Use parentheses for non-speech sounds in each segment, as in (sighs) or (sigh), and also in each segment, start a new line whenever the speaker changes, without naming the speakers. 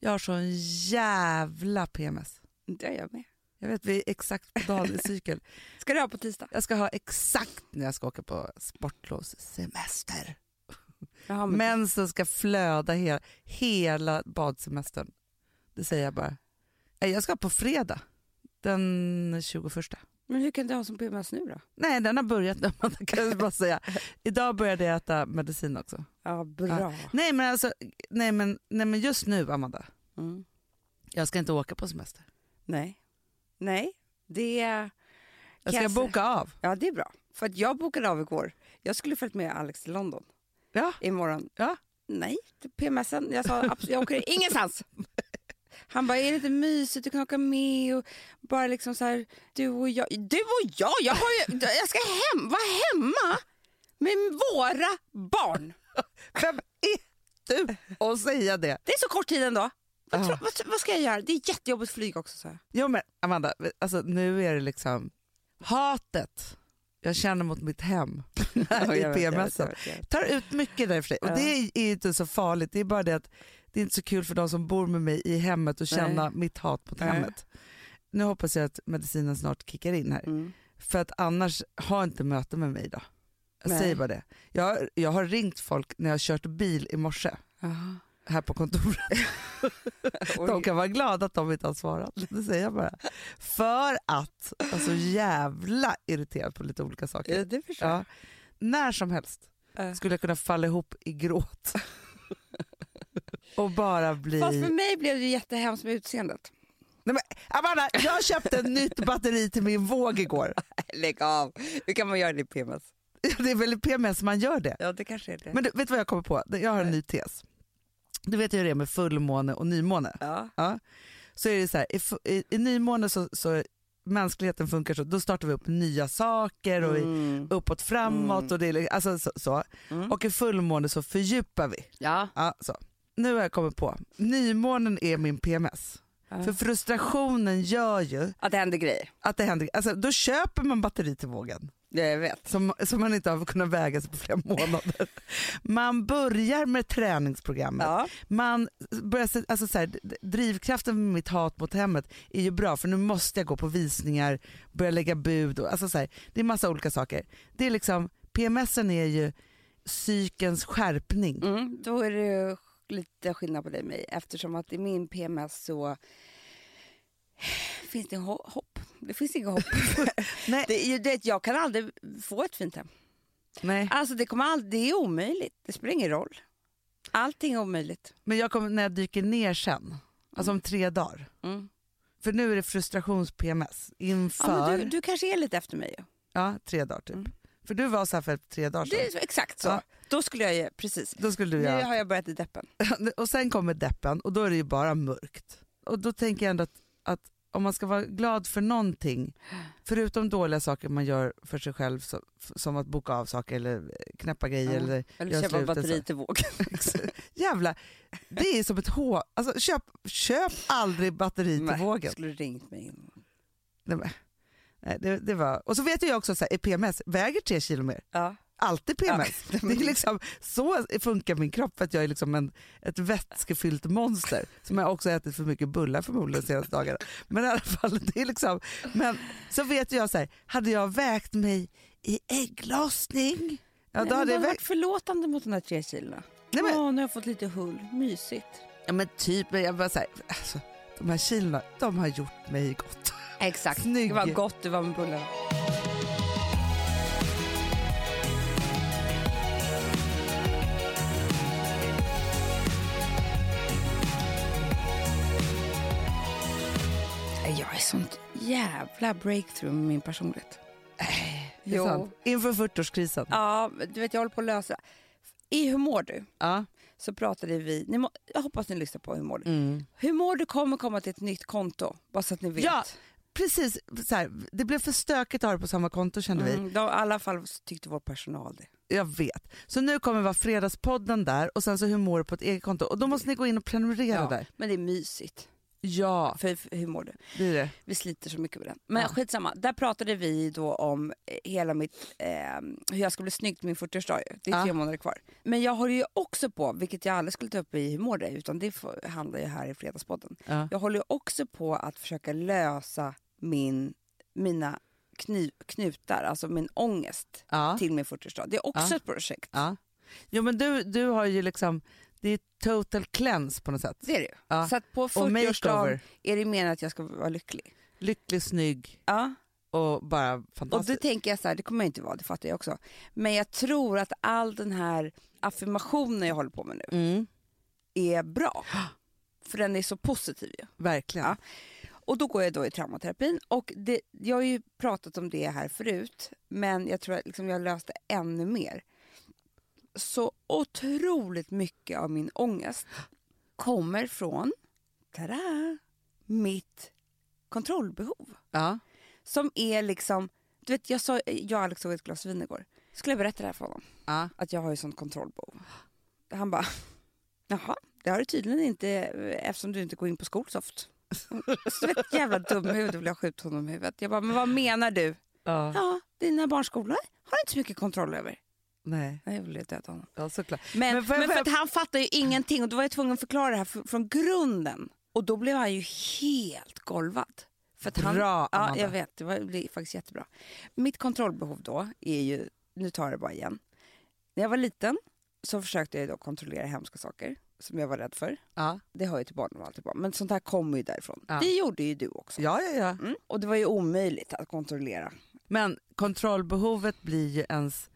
Jag har sån jävla PMS.
Det gör jag med.
Jag vet, vi är exakt på dagen i
(laughs)
cykel.
Ska du ha på tisdag?
Jag ska ha exakt när jag ska åka på sportlovssemester.
Jaha, men,
Mensen ska flöda hela, hela badsemestern. Det säger jag bara. Nej, Jag ska på fredag den 21.
men hur kan du ha som PMS nu då?
Nej, den har börjat nu. (laughs) Man kan jag bara säga. Idag började jag äta medicin också.
Ja, bra.
Nej men, alltså, nej, men, nej, men just nu, Amanda.
Mm.
Jag ska inte åka på semester.
Nej. Nej, det...
Jag ska
Kan jag säga-
boka av.
Ja, det är bra. För att jag bokade av igår. Jag skulle följt med Alex till London
Ja,
imorgon.
ja.
Nej, till PMSen. Jag sa absolut, jag åker (laughs) ingenstans. Han bara, är det inte mysigt att kunna åka med och bara liksom så här, du och jag. Du och jag? Jag, har ju, jag ska hem, vara hemma med våra barn.
Vem är du att säga det?
Det är så kort tid ändå. Vad,
Ja.
tro, vad, vad ska jag göra? Det är jättejobbigt flyg också. (laughs) Så här.
Jo men Amanda, alltså, nu är det liksom hatet jag känner mot mitt
(laughs)
hem i PMS. Tar ut mycket där i och för sig. Och
Ja.
det är ju inte så farligt, det är bara det att det är inte så kul för de som bor med mig i hemmet att känna mitt hat mot
Nej.
hemmet. Nu hoppas jag att medicinen snart kickar in här.
Mm.
För att annars, ha inte möte med mig då. Jag
Nej.
säger bara det. Jag, jag har ringt folk när jag har kört bil i morse
(laughs)
här på kontoret. De kan vara glada att de inte har svarat. Det säger jag bara. För att, alltså jävla irriterad på lite olika saker.
Ja, det förstår jag.
Ja. När som helst
Ja.
skulle jag kunna falla ihop i gråt. Och bara bli...
Fast för mig blev det ju jättehemskt med utseendet.
Nej, men, Amanda, jag köpte ett nytt batteri till min våg igår.
(laughs) Lägg av! Hur kan man göra det i PMS?
Det är väl i PMS man gör det.
Ja, det kanske är det.
Men du, vet du vad jag kommer på? Jag har en ny tes. Du vet ju hur det är med fullmåne och nymåne.
ja.
Ja. Så är det så här, i, fu- i, i nymåne så, så mänskligheten funkar så, då startar vi upp nya saker och i,
Mm.
uppåt framåt och det är, li- alltså, så, så.
Mm.
Och i fullmåne så fördjupar vi.
Ja.
Ja, så. Nu har jag kommit på, nymånen är min PMS.
Ja.
För frustrationen gör ju
Att det händer grejer.
att det händer, alltså då köper man batteri till vågen
Ja, jag vet.
som, som man inte har kunnat väga sig på flera
(laughs)
månader. Man börjar med träningsprogrammet.
Ja.
Man börjar, se- alltså så här, d- d- drivkraften med mitt hat mot hemmet är ju bra för nu måste jag gå på visningar, börja lägga bud. Och, alltså så här, det är massa olika saker. Det är liksom, PMSen är ju psykens skärpning.
Mm. Då är det ju lite skillnad på dig och mig eftersom att i min PMS så finns det ho- hopp. Det finns inga hopp.
(laughs) Nej,
det är ju det, att jag kan aldrig få ett fint hem.
nej.
Alltså det, kommer aldrig, det är omöjligt. Det spelar ingen roll. Allting är omöjligt.
Men jag kommer, när jag dyker ner sen, alltså om tre dagar.
Mm.
För nu är det frustrations-PMS inför,
Ja,
ja,
men du, du kanske är lite efter mig. ju.
tre dagar typ.
Mm.
För du var så här för tre dagar sedan.
Det är så, exakt så.
Ja.
Då skulle jag ju, precis.
Då skulle du
Nu
göra
har jag börjat i deppen.
och sen kommer deppen och då är det ju bara mörkt. Och då tänker jag ändå att, att om man ska vara glad för någonting, förutom dåliga saker man gör för sig själv så, f- som att boka av saker eller eh, knäppa grejer
Ja.
eller
Eller
göra
köpa
slut,
batteri
alltså.
till vågen.
(laughs) jävla, det är som ett H. Alltså köp, köp aldrig batteri till
Nej,
vågen.
skulle ringt mig.
Nej, men. Nej, det, det var. Och så vet ju jag också att PMS väger tre kilo mer.
Ja.
Alltid PMS.
Ja.
(laughs) Det är liksom, så funkar min kropp, för att jag är liksom en, ett vätskefyllt monster. Som jag också har ätit för mycket bullar förmodligen de senaste dagarna. Men i alla fall, det är liksom, men så vet jag så här, hade jag vägt mig i ägglossning, ja, då
Nej, men
hade
du
jag
har
vägt,
varit förlåtande mot de där tre kilona.
Nej, men-
Åh, nu har jag fått lite hull. Mysigt.
ja, men typ, men jag bara så här, alltså, de här kilona, de har gjort mig gott.
Exakt.
Snygg.
Det var gott det var med bullarna. Jag är sånt jävla breakthrough med min personlighet.
Eh, Det är sant. Inför 40-årskrisen. Ja.
Ja, du vet jag håller på att lösa. I Hur mår du? Så pratade vi, ni må, jag hoppas ni lyssnar på Hur mår du?
Mm.
Hur mår du kommer komma till ett nytt konto, bara så att ni vet.
Ja, Precis, så här, det blev för stökigt att ha det på samma konto kände vi.
Mm, de, I alla fall tyckte vår personal det.
Jag vet. Så nu kommer vara Fredagspodden där och sen så Hur mår du på ett eget konto. Och då måste ni gå in och prenumerera
Ja,
där.
Men det är mysigt.
Ja,
För, för hur mår du?
det är det.
Vi sliter så mycket på den. Men
Ja.
skitsamma, där pratade vi då om eh, hela mitt, eh, hur jag ska bli snygg till min 40-årsdag ju. Det är
Ja.
tre månader kvar. Men jag håller ju också på, vilket jag aldrig skulle ta upp i Hur mår du? Utan det får- handlar ju här i Fredagspodden.
Ja.
Jag håller ju också på att försöka lösa min, mina kny, knutar, alltså min ångest
Ja.
till min 40-årsdag. Det är också
Ja.
ett projekt.
Ja. Jo men du, du har ju liksom, det är total cleanse på något sätt.
Det är det ju.
Ja.
Så att på
Och
40-årsdagen
makeover,
är det meningen att jag ska vara lycklig.
lycklig, snygg
Ja.
och bara
Och då
fantastisk.
tänker jag så här, det kommer jag inte vara, det fattar jag också. Men jag tror att all den här affirmationen jag håller på med nu
Mm,
är bra. (gasps) För den är så positiv ju.
verkligen.
Ja. Och då går jag då i traumaterapin och det, jag har ju pratat om det här förut men jag tror att liksom jag löste ännu mer. Så otroligt mycket av min ångest kommer från tada, mitt kontrollbehov.
Ja.
Som är liksom, du vet jag sa, jag och Alex såg ett glas vin igår. Skulle jag berätta det här för honom?
Ja.
Att jag har ju sånt kontrollbehov. Han bara, jaha, det har du tydligen inte eh, eftersom du inte går in på Skolsoft. (laughs) Så du vet, jävla dumhuvud vill jag skjuta honom i huvudet. Jag bara, men vad menar du?
Ja.
Ja, dina barnskolor har du inte så mycket kontroll över.
Nej,
Nej, Jag ville döda honom.
ja såklart.
Men,
Men
men,
får jag- får
för
jag-
att han fattar ju ingenting och då var jag tvungen att förklara det här fr- från grunden. Och då blev han ju helt golvad. För att han,
Bra Amanda.
Ja, jag vet. Det var, blir faktiskt jättebra. Mitt kontrollbehov då är ju, nu tar jag det bara igen. När jag var liten så försökte jag ju då kontrollera hemska saker som jag var rädd för.
Ja.
Det hör ju till barnen och allt barn. Men sånt här kommer ju därifrån.
Ja.
Det gjorde ju du också.
Ja, ja, ja.
Mm. Och det var ju omöjligt att kontrollera.
Men kontrollbehovet blir ju ens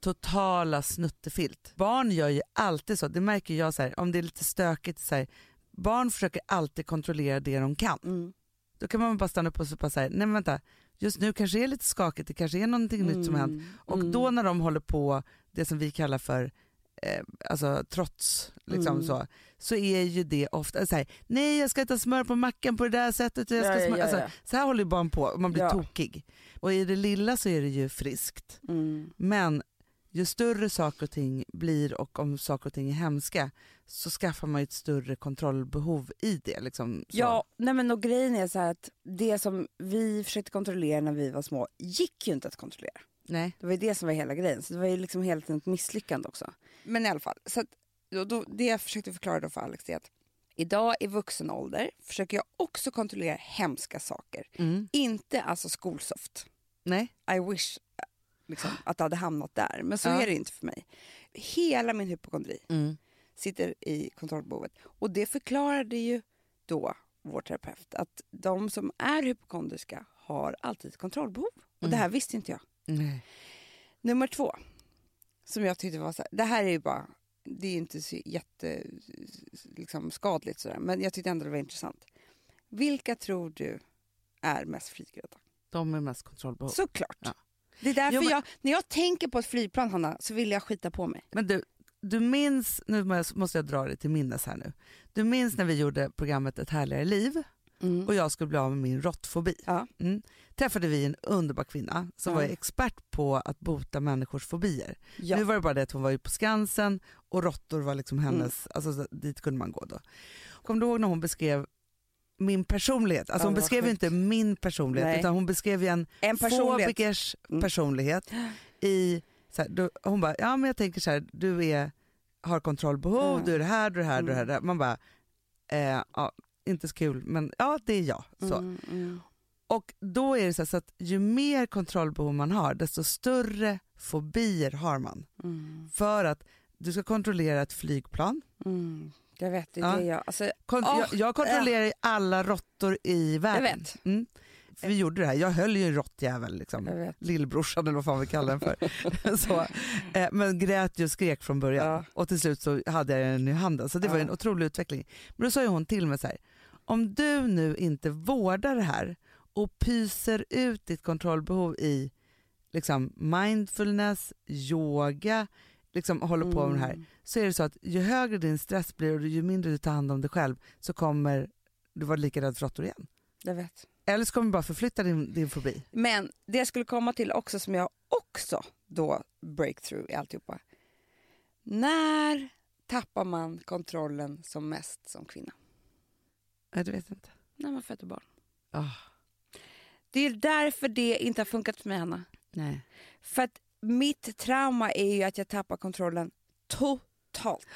totala snuttefilt. Barn gör ju alltid så, det märker jag så här, om det är lite stökigt. Så här, barn försöker alltid kontrollera det de kan. Då kan man bara stanna upp och så bara så här, nej men vänta, just nu kanske det är lite skakigt, det kanske är någonting nytt som har hänt. Och
Mm.
då när de håller på det som vi kallar för eh, alltså trots, liksom
Mm.
så, så är ju det ofta så här, nej jag ska äta smör på mackan på det där sättet. och Jag ska
Mm. Ja, ja,
smör-"
ja,
alltså,
ja.
Så här håller ju barn på och man blir
Ja.
tokig. Och i det lilla så är det ju friskt.
Mm.
Men ju större saker och ting blir och om saker och ting är hemska så skaffar man ju ett större kontrollbehov i det. Liksom, så.
Ja, nej men och grejen är så här att det som vi försökte kontrollera när vi var små gick ju inte att kontrollera.
Nej.
Det var ju det som var hela grejen. Så det var ju liksom hela tiden ett misslyckande också. Men i alla fall, så att, då, då, det jag försökte förklara då för Alex det är att idag i vuxen ålder försöker jag också kontrollera hemska saker.
Mm.
Inte alltså skolsoft.
Nej.
I wish eh, liksom, att det hade hamnat där. Men så
Ja.
är det inte för mig. Hela min hypokondri
Mm.
sitter i kontrollbehovet. Och det förklarade ju då vår terapeut att de som är hypokondriska har alltid ett kontrollbehov. Och
Mm.
det här visste inte jag.
Nej.
Nummer två, som jag tyckte var så här, det här är ju bara, det är ju inte så jätte, liksom skadligt sådär, men jag tyckte ändå det var intressant. Vilka tror du är mest flygrädda?
De är mest kontrollbehov.
Såklart.
Ja.
Det är därför
Jo, men-
jag, när jag tänker på ett flygplan Hanna, så vill jag skita på mig.
Men du, du minns, nu må- måste jag dra det till minnes här nu. Du minns när vi gjorde programmet Ett härligare liv Mm. och jag skulle bli av med min råttfobi.
Ja.
Mm. Träffade vi en underbar kvinna som
Ja.
var expert på att bota människors fobier.
Ja. Mm.
Nu var det bara det att hon var ju på Skansen och råttor var liksom hennes, alltså så- dit kunde man gå då. Kommer du ihåg när hon beskrev min personlighet? Alltså
Ja,
hon
det var
beskrev ju
sjukt.
inte min personlighet
Nej.
utan hon beskrev ju en
En personlighet.
fobikers
Mm.
personlighet. I, så här, då, hon bara, ja men jag tänker så här, du är, har kontrollbehov,
Mm.
du är det här, du är det här, du är det här.
Mm.
det här. Man bara, eh, ja, inte så kul men ja det är jag. Så.
Mm, mm.
Och då är det så, här, så att ju mer kontrollbehov man har desto större fobier har man.
Mm,
För att du ska kontrollera ett flygplan.
mm. Jag vet, det är
Ja.
det jag... Alltså,
Kon-
Åh,
jag, jag kontrollerar ju alla råttor i
jag
världen.
vet.
Mm. För vi gjorde det här, jag höll ju en råttjävel liksom.
Jag vet.
lillbrorsan eller vad fan vi kallar den för.
(laughs)
så, eh, men grät ju och skrek från början
Ja.
och till slut så hade jag den i handen. Så det var ju
Ja.
en otrolig utveckling. Men då sa ju hon till mig så här, om du nu inte vårdar det här och pyser ut ditt kontrollbehov i liksom, mindfulness, yoga, liksom håller på med det här,
Mm.
så är det så att ju högre din stress blir och ju mindre du tar hand om dig själv så kommer du vara lika rädd för råttor igen.
Jag vet.
Eller så kommer du bara förflytta din, din fobi.
Men det jag skulle komma till också, som jag också då breakthrough i alltihopa. När tappar man kontrollen som mest som kvinna?
Nej, du vet inte.
när man föder barn.
Ah,
Det är därför det inte har funkat för mig, Hanna.
nej.
För att mitt trauma är ju att jag tappar kontrollen totalt.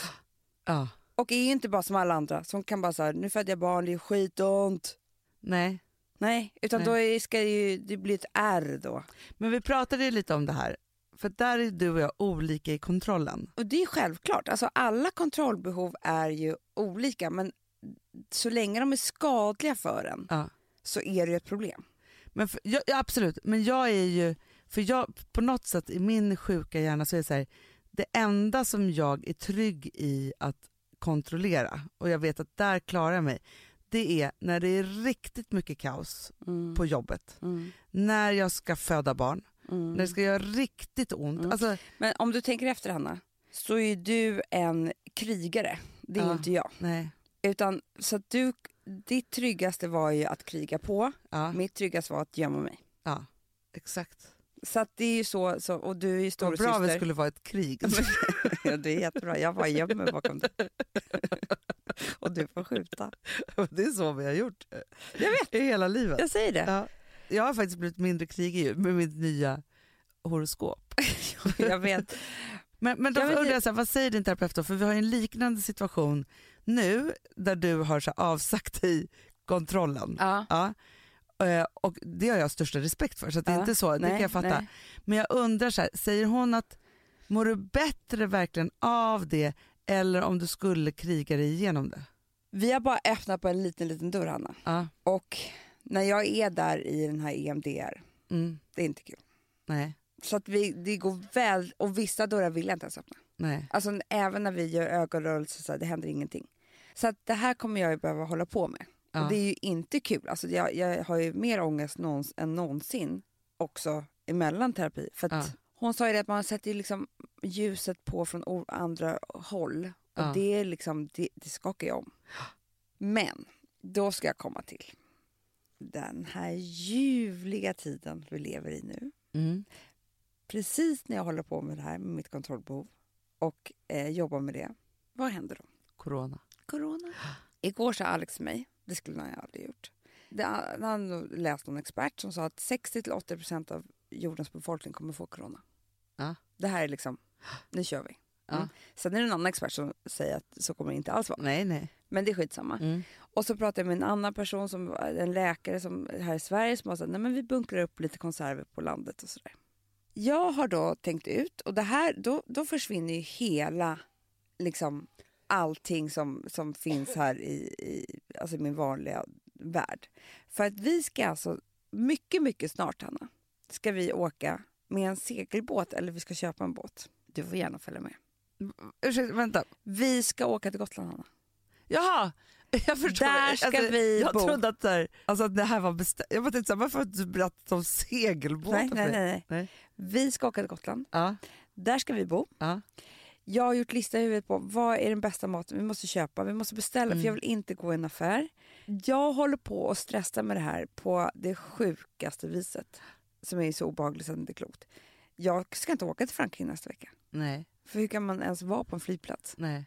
Ah,
Och är ju inte bara som alla andra som kan bara säga nu födde jag barn, det är skitont.
nej.
Nej, utan
Nej.
då är, ska det ju det bli ett R då.
Men vi pratade ju lite om det här. För där är du och jag olika i kontrollen.
Och det är självklart, alltså alla kontrollbehov är ju olika men så länge de är skadliga för en
Ja.
så är det ju ett problem.
Men för, ja, ja, absolut, men jag är ju, för jag, på något sätt i min sjuka hjärna så är det så här, det enda som jag är trygg i att kontrollera och jag vet att där klarar jag mig, det är när det är riktigt mycket kaos
Mm.
på jobbet,
Mm.
när jag ska föda barn,
Mm.
när det ska göra riktigt ont.
Mm.
Alltså,
Men om du tänker efter Hanna, så är ju du en krigare. Det är
Ja.
inte jag.
nej,
Utan, så att du, ditt tryggaste var ju att kriga på,
ja,
mitt tryggaste var att gömma mig.
ja, exakt.
Så att det är ju så, så och du är ju
Vad bra vi
storasyster.
skulle vara ett krig.
(laughs) ja, det är jättebra, jag bara gömmer mig bakom dig. (laughs) och du får skjuta.
(laughs) det är så vi har gjort jag vet. i hela livet.
Jag säger det.
Ja. Jag har faktiskt blivit mindre krigig ju, med mitt nya horoskop.
(laughs) Jag vet.
Men, men då
Ja, men det-
undrar jag, så här, vad säger din terapeut då? För vi har ju en liknande situation nu där du har så här, avsagt dig kontrollen.
Ja.
Ja. Eh, Och det har jag största respekt för, så att det är
Ja.
inte så, det
Nej,
kan jag fatta.
nej.
Men jag undrar, så här, säger hon att mår du bättre verkligen av det eller om du skulle kriga dig igenom det?
Vi har bara öppnat på en liten, liten dörr, Hanna.
Ja.
Och när jag är där i den här E EMDR,
Mm.
det är inte kul.
Nej,
Så att vi, det går väl, och vissa dörrar vill jag inte ens öppna.
nej.
Alltså n- även när vi gör ögonrörelser så här, det händer ingenting. Så att det här kommer jag ju behöva hålla på med.
Ja.
Och det är ju inte kul. Alltså jag, jag har ju mer ångest någons, än någonsin också emellan terapi. För att
Ja.
Hon sa ju det att man sätter ju liksom ljuset på från o- andra håll. Och
Ja.
det, är liksom, det, det skakar jag om. Men då ska jag komma till den här ljuvliga tiden vi lever i nu
Mm.
precis när jag håller på med det här, med mitt kontrollbehov och eh, jobbar med det, vad händer då?
Corona.
Corona. Igår sa Alex till mig, det skulle han aldrig gjort. Det, han han läste någon expert som sa att 60-80% av jordens befolkning kommer få corona.
Ja.
Det här är liksom, nu kör vi. Mm.
Ja.
Sen är det en annan expert som säger att så kommer det inte alls vara.
Nej, nej.
Men det är skitsamma.
Mm.
Och så pratade jag med en annan person, som, en läkare som, här i Sverige som har sagt nej men vi bunkrar upp lite konserver på landet och sådär. Jag har då tänkt ut och det här, då, då försvinner ju hela liksom, allting som, som finns här i, i alltså i min vanliga värld. För att vi ska alltså mycket, mycket snart Hanna, ska vi åka med en segelbåt eller vi ska köpa en båt. Du får gärna följa med.
Ursäkta, vänta.
Vi ska åka till Gotland Hanna. (laughs)
Jaha, jag förstår.
Där ska
alltså,
vi
jag
bo.
trodde att, så här, alltså, att det här var bestämt. Jag bara tänkte så här, varför har du inte berättat om segelbåten
Nej,
för
nej,
mig?
nej, nej.
Nej.
Vi ska åka till Gotland.
Ja,
Där ska vi bo.
ja,
Jag har gjort lista i huvudet på vad är den bästa maten vi måste köpa, vi måste beställa
Mm.
för jag vill inte gå i en affär. Jag håller på och stressar med det här på det sjukaste viset som är så obehagligt så det inte är klokt. Jag ska inte åka till Frankrike nästa vecka.
nej,
För hur kan man ens vara på en flygplats?
nej.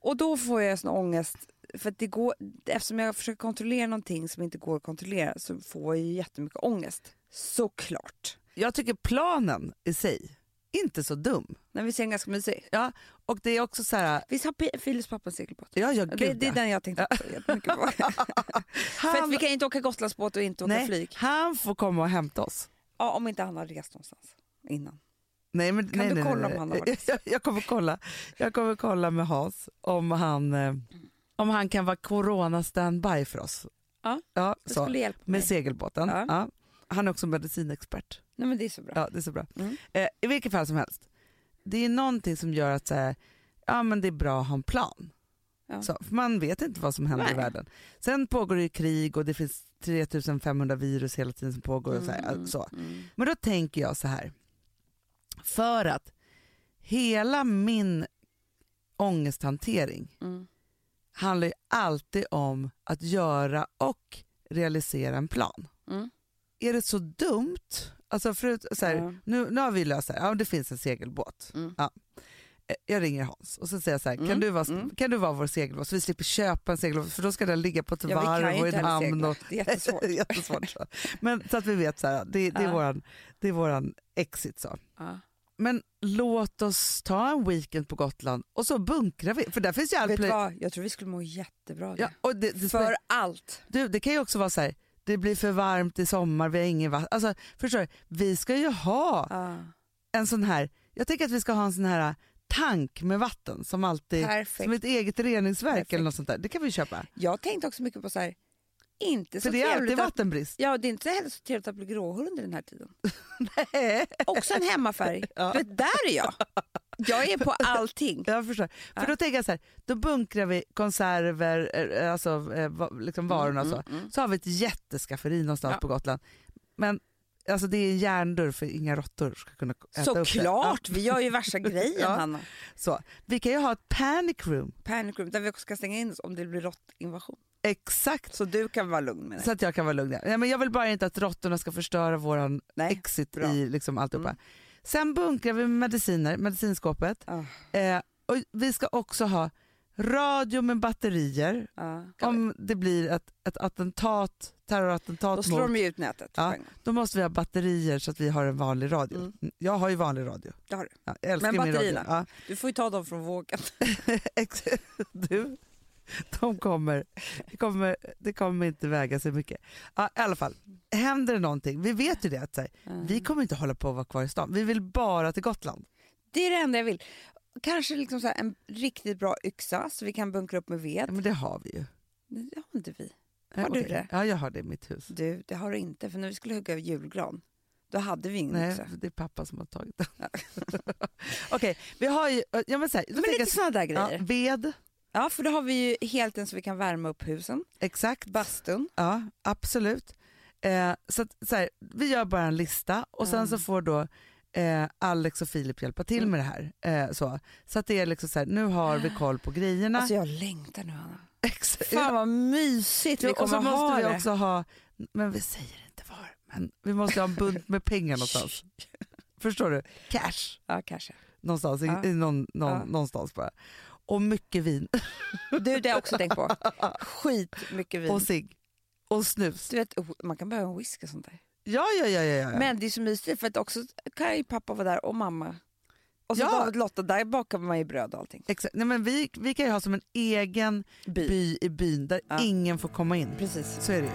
Och då får jag sån ångest. För att det går, eftersom jag försöker kontrollera någonting som inte går att kontrollera så får jag ju jättemycket ångest. Såklart.
Jag tycker planen i sig, inte så dum.
Men vi ser en ganska mysig.
Ja, och det är också så här,
Visst har P- Philips pappa en segelbåt?
ja, ja,
Det,
gud,
det är
ja.
den jag tänkte också jättemycket på. (laughs) För att
han,
vi kan ju inte åka Gotlandsbåt och inte åka
nej,
flyg.
han får komma och hämta oss.
Ja, om inte han har rest någonstans innan.
Nej, men,
Kan
nej,
du
nej,
kolla
nej,
om han har
nej. (laughs)
varit-
jag, jag kommer kolla. Jag kommer kolla med Hans om han, eh, om han kan vara corona-standby för oss.
Ja,
ja
Det
så.
skulle hjälpa mig.
Med segelbåten. Ja.
Ja.
Han är också medicinexpert.
Nej men det är så bra.
Ja, det är så bra.
Mm.
Eh, I vilket fall som helst, det är någonting som gör att så här, ja, men det är bra att ha en plan.
Ja.
Så, för man vet inte vad som händer i
Nej.
världen. Sen pågår det ju krig och det finns 3500 virus hela tiden som pågår. Och så här,
Mm,
så.
mm.
Men då tänker jag så här, för att hela min ångesthantering
Mm.
handlar ju alltid om att göra och realisera en plan
Mm.
är det så dumt? Alltså förut, så här,
Ja.
nu, nu har vi löst det här, ja, det finns en segelbåt.
Mm.
Ja. jag ringer Hans och så säger jag så här,
Mm,
kan, du vara,
mm.
kan du vara vår segelbåt så vi slipper köpa en segelbåt för då ska den ligga på ett
Ja, vi kan
varv
ju
och i
inte
en
heller
hamn. (laughs)
segla.
Och,
Det är jättesvårt.
jättesvårt så. Men så att vi vet så här, det, det, är
Ja.
våran, det är våran exit så.
(laughs) Ja.
Men låt oss ta en weekend på Gotland och så bunkrar vi, för där finns ju all
Vet du
play.
vad, jag tror vi skulle må jättebra av det.
Ja, och det, det,
För allt.
du, det kan ju också vara så här, det blir för varmt i sommar, vi har ingen vatten. Alltså, förstår du? Vi ska ju ha
Ja.
en sån här, jag tänker att vi ska ha en sån här tank med vatten som alltid, som
Perfekt.
ett eget reningsverk eller
Perfekt.
något sånt där. Det kan vi köpa.
Jag tänkte också mycket på så här, inte
För
så
det är alltid
trevligt att,
vattenbrist.
ja, det är inte heller så trevligt att bli gråhårig under den här tiden.
(laughs) Nej,
Också en hemmafärg.
(laughs) Ja.
För där är jag. Jag är på allting.
jag förstår. För då tänker jag så här, då bunkrar vi konserver, eh, eh, alltså eh, va- liksom varorna och så.
Mm, mm.
Så har vi ett jätteskafferi någonstans
Ja.
på Gotland. Men alltså det är en järndörr för inga råttor ska kunna äta upp det.
Såklart, vi gör
(laughs)
ju värsta grejen
Ja.
Hanna.
Ja, så. Vi kan ju ha ett panic room.
Panic room, där vi också ska stänga in oss om det blir råttinvasion.
Exakt
Så du kan vara lugn med det.
så att jag kan vara lugn. ja. Nej, men jag vill bara inte att råttorna ska förstöra våran
Nej.
exit
bra.
i liksom alltihopa.
Mm.
Sen bunkrar vi med mediciner, medicinskåpet.
Ah,
Eh, och vi ska också ha radio med batterier
ah.
om det blir ett, ett attentat,
Då
terrorattentat
slår
mot,
de ju ut nätet.
Ja.
på en gång.
då måste vi ha batterier så att vi har en vanlig radio.
Mm.
Jag har ju vanlig radio.
Det har du.
Ja, jag älskar
Men
min radio.
batterierna?
Ja,
Du får ju ta dem från vågen.
(laughs) ex- du, de kommer. Det, kommer. det kommer inte väga så mycket. Ja, I alla fall, händer det någonting, vi vet ju det att så här, vi kommer inte hålla på att vara kvar i stan. Vi vill bara till Gotland.
Det är det enda jag vill. Kanske liksom så här en riktigt bra yxa så vi kan bunkra upp med ved.
Ja, men det har vi ju.
Det har inte vi.
Ja,
Har du
okej.
det?
Ja, jag har det i mitt hus.
Du, det har du inte. För när vi skulle hugga julgran, då hade vi ingen
Nej,
yxa.
det är pappa som har tagit den. (laughs) Okej, vi har ju... Ja, men så här, då
Men
tänker
lite sådana där
jag-
grejer.
ja,
Ja.
ved,
för då har vi ju helten så vi kan värma upp husen.
exakt.
Bastun.
Ja, absolut. Eh, så att, så här, vi gör bara en lista och sen
Mm.
så får då eh, Alex och Filip hjälpa till
Mm. Ah.
med det här. Eh, så. så att det är liksom så här, nu har vi koll på grejerna.
Alltså jag längtar nu Anna.
Ex-
Fan vad mysigt vi
Ja, och så
kommer ha
måste vi
det.
också ha, men vi säger inte var, men vi måste ha en bunt med pengar någonstans. Förstår du? Cash
Ja, kanske.
någonstans, i,
Ja.
i någon, någon,
Ja.
någonstans bara. Och mycket
(laughs)
vin
Du, det har jag också tänkt (laughs) på. Skit mycket vin.
och cigg och snus.
Du vet, oh, man kan behöva en whisky och sånt där.
Ja, ja, ja. ja, ja.
Men det är så mysigt för att också kan ju pappa vara där och mamma. Och så
Ja.
David och Lotta, där bakar man ju bröd och allting.
Exakt. Nej, men vi, vi kan ju ha som en egen
By.
by i byn där
Ja.
ingen får komma in.
Precis.
Så är det ju.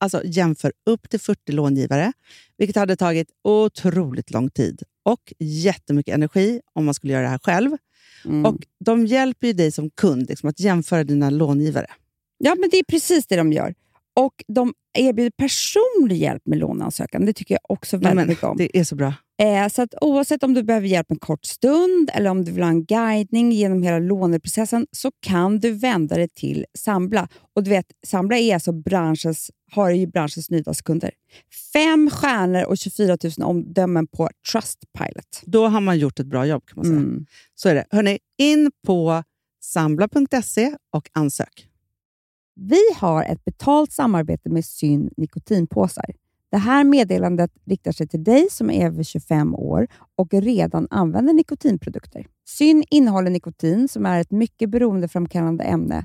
alltså, jämför upp till 40 långivare, vilket hade tagit otroligt lång tid och jättemycket energi om man skulle göra det här själv.
Mm.
Och de hjälper ju dig som kund liksom, att jämföra dina långivare.
Ja, men det är precis det de gör. Och de erbjuder personlig hjälp med låneansökan. Det tycker jag också väldigt
men,
mycket om.
det är så bra.
Eh, så att oavsett om du behöver hjälp en kort stund eller om du vill ha en guidning genom hela låneprocessen så kan du vända dig till Sambla. Och du vet, Sambla är alltså branschens, har ju branschens nyaste kunder. Fem stjärnor och 24 000 omdömen på Trustpilot.
Då har man gjort ett bra jobb kan man säga.
Mm.
Så är det. Hörrni, in på sambla.se E och ansök.
Vi har ett betalt samarbete med Syn nikotinpåsar. Det här meddelandet riktar sig till dig som är över 25 år och redan använder nikotinprodukter. Syn innehåller nikotin som är ett mycket beroendeframkallande ämne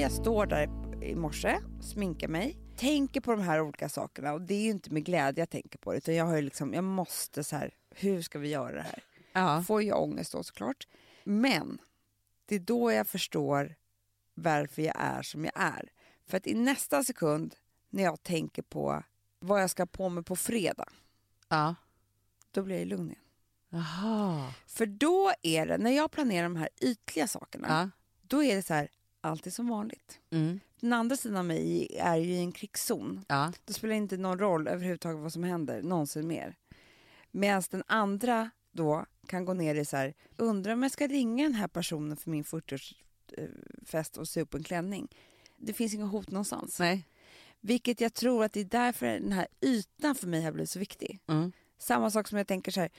jag står där i morse, sminkar mig, tänker på de här olika sakerna och det är ju inte med glädje jag tänker på det utan jag har ju liksom, jag måste så här, hur ska vi göra det här?
Ja.
Får jag ångest då såklart. Men det är då jag förstår varför jag är som jag är. För att i nästa sekund när jag tänker på vad jag ska ha på mig på fredag,
ja.
då blir jag lugn igen.
Jaha.
För då är det, när jag planerar de här ytliga sakerna,
Ja.
då är det så här, allt är som vanligt.
Mm.
Den andra sidan av mig är ju i en krigszon.
Ja.
Det spelar inte någon roll överhuvudtaget vad som händer någonsin mer. Medan den andra då kan gå ner i så här, undrar om jag ska ringa den här personen för min 40-årsfest och sy upp en klänning. Det finns inga hot någonstans.
Nej.
Vilket jag tror att det är därför den här ytan för mig har blivit så viktig.
Mm.
Samma sak som jag tänker så här,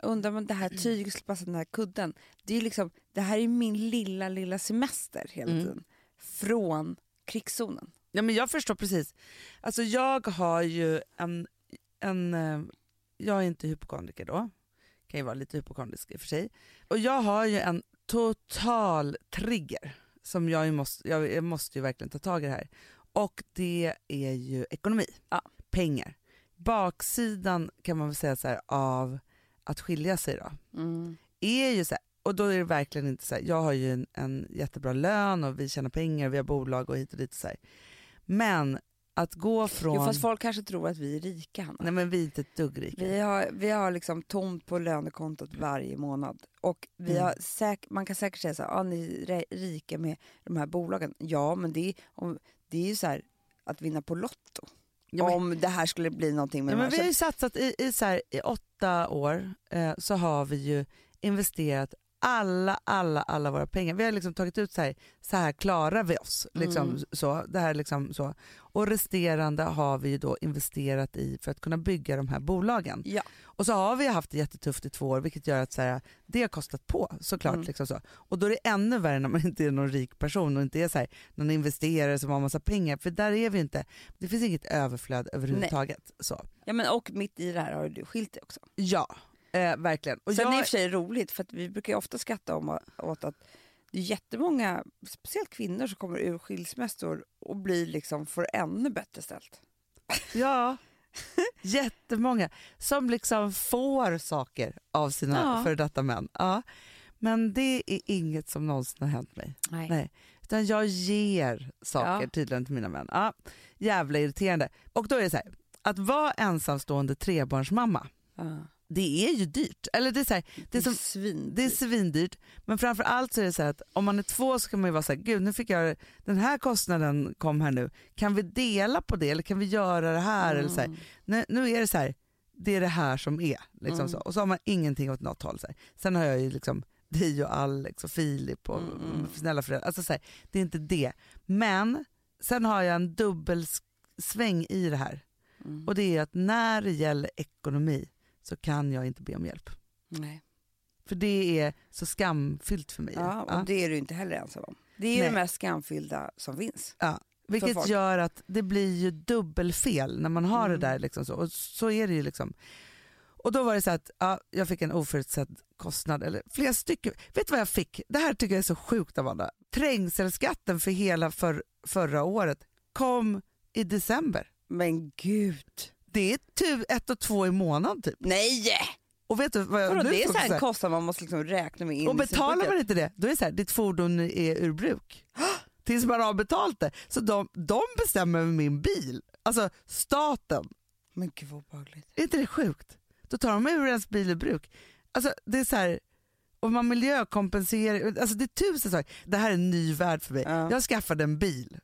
undrar om det här tyget skulle passa den här kudden. Det är liksom, det här är min lilla, lilla semester hela
Mm.
tiden. Från krigszonen.
Ja, men jag förstår precis. Alltså jag har ju en, en... eh, Jag är inte hypokondriker då. Kan ju vara lite hypokondrisk i och för sig. Och jag har ju en total trigger. Som jag, ju måste, jag, jag måste ju verkligen ta tag i det här. Och det är ju ekonomi.
Ja.
Pengar. Baksidan kan man väl säga så här, av att skilja sig då är ju så här, och då är det verkligen inte så här, jag har ju en, en jättebra lön och vi tjänar pengar, vi har bolag och hit och dit. Så här. Men att gå från...
Jo, fast folk kanske tror att vi är rika, Hanna.
Nej men vi är inte ett dugg rika.
Vi har, vi har liksom tomt på lönekontot varje månad. Och vi
Mm.
har säk, man kan säkert säga så här, ah, ni är re- rika med de här bolagen. Ja, men det är, om, det är ju så här att vinna på Lotto.
Ja, men-
Om det här skulle bli någonting med
Ja,
de
men
här.
vi har ju satsat i, i, så här, i åtta år eh, så har vi ju investerat alla, alla, alla våra pengar. Vi har liksom tagit ut så här, så här klarar vi oss. Liksom,
Mm.
så, det här liksom, så. Och resterande har vi ju då investerat i för att kunna bygga de här bolagen.
Ja.
Och så har vi haft det jättetufft i två år vilket gör att så här, det har kostat på såklart.
Mm.
Liksom så. Och då är det ännu värre när man (laughs) inte är någon rik person och inte är så här, någon investerare som har massa pengar. För där är vi ju inte. Det finns inget överflöd överhuvudtaget. Så.
ja, men och mitt i det här har ju du skilt dig också.
Ja, eh, verkligen. Och
Sen är det i
jag,
och för sig roligt, för att vi brukar ju ofta skratta om, åt att det är jättemånga, speciellt kvinnor, som kommer ur skilsmässor och blir liksom, får ännu bättre ställt.
ja, (laughs) jättemånga som liksom får saker av sina
Ja.
före detta män. Ja. Men det är inget som någonsin har hänt mig. Nej. Utan jag ger saker
Ja.
tydligen till mina män. Ja, jävla irriterande. Och då är det så här, att vara ensamstående trebarnsmamma,
Ja.
det är ju dyrt. Eller det är så här, det
Det
är
är
som
svin.
Det är svindyrt, men framför allt så är det så här att om man är två så kan man ju vara så här, gud nu fick jag den här kostnaden kom här nu, kan vi dela på det eller kan vi göra det här?
Mm.
Eller så här. Nu, nu är det så här, det är det här som är. Liksom
Mm.
så. Och så har man ingenting åt något håll. Så här. Sen har jag ju liksom dig och Alex och Filip och
Mm, mm.
snälla föräldrar. Alltså så här, det är inte det. Men sen har jag en dubbelsväng i det här
Mm.
och det är att när det gäller ekonomi så kan jag inte be om hjälp.
Nej.
För det är så skamfyllt för mig.
Ja, och
Ja.
det är du inte heller ensam om. Det är ju
Nej.
det mest skamfyllda som finns. för
Vilket
folk.
gör att det blir ju dubbelfel när man har
Mm.
det där. Liksom så. Och så är det ju liksom. Och då var det så att ja, jag fick en oförutsedd kostnad, eller flera stycken. Vet du vad jag fick? Det här tycker jag är så sjukt Amanda. Trängselskatten för hela för, förra året kom i december.
Men gud!
Det är tu, ett och två i månaden typ.
Nej!
Och vet du vad jag,
Vadå,
nu
det är
får
så
så
här
här-
en kostnad man måste liksom räkna med in
Och
i sin
betalar
budget.
man inte det, då är det så här, ditt fordon är ur bruk. (gasps) Tills man har betalt det. Så de, de bestämmer över min bil. Alltså staten.
Men gud vad obehagligt.
Är inte det sjukt? Då tar de ur ens bil ur bruk. Alltså det är så här, och man miljökompenserar, alltså det är tusen saker. Det här är en ny värld för mig.
Ja.
Jag skaffade en bil.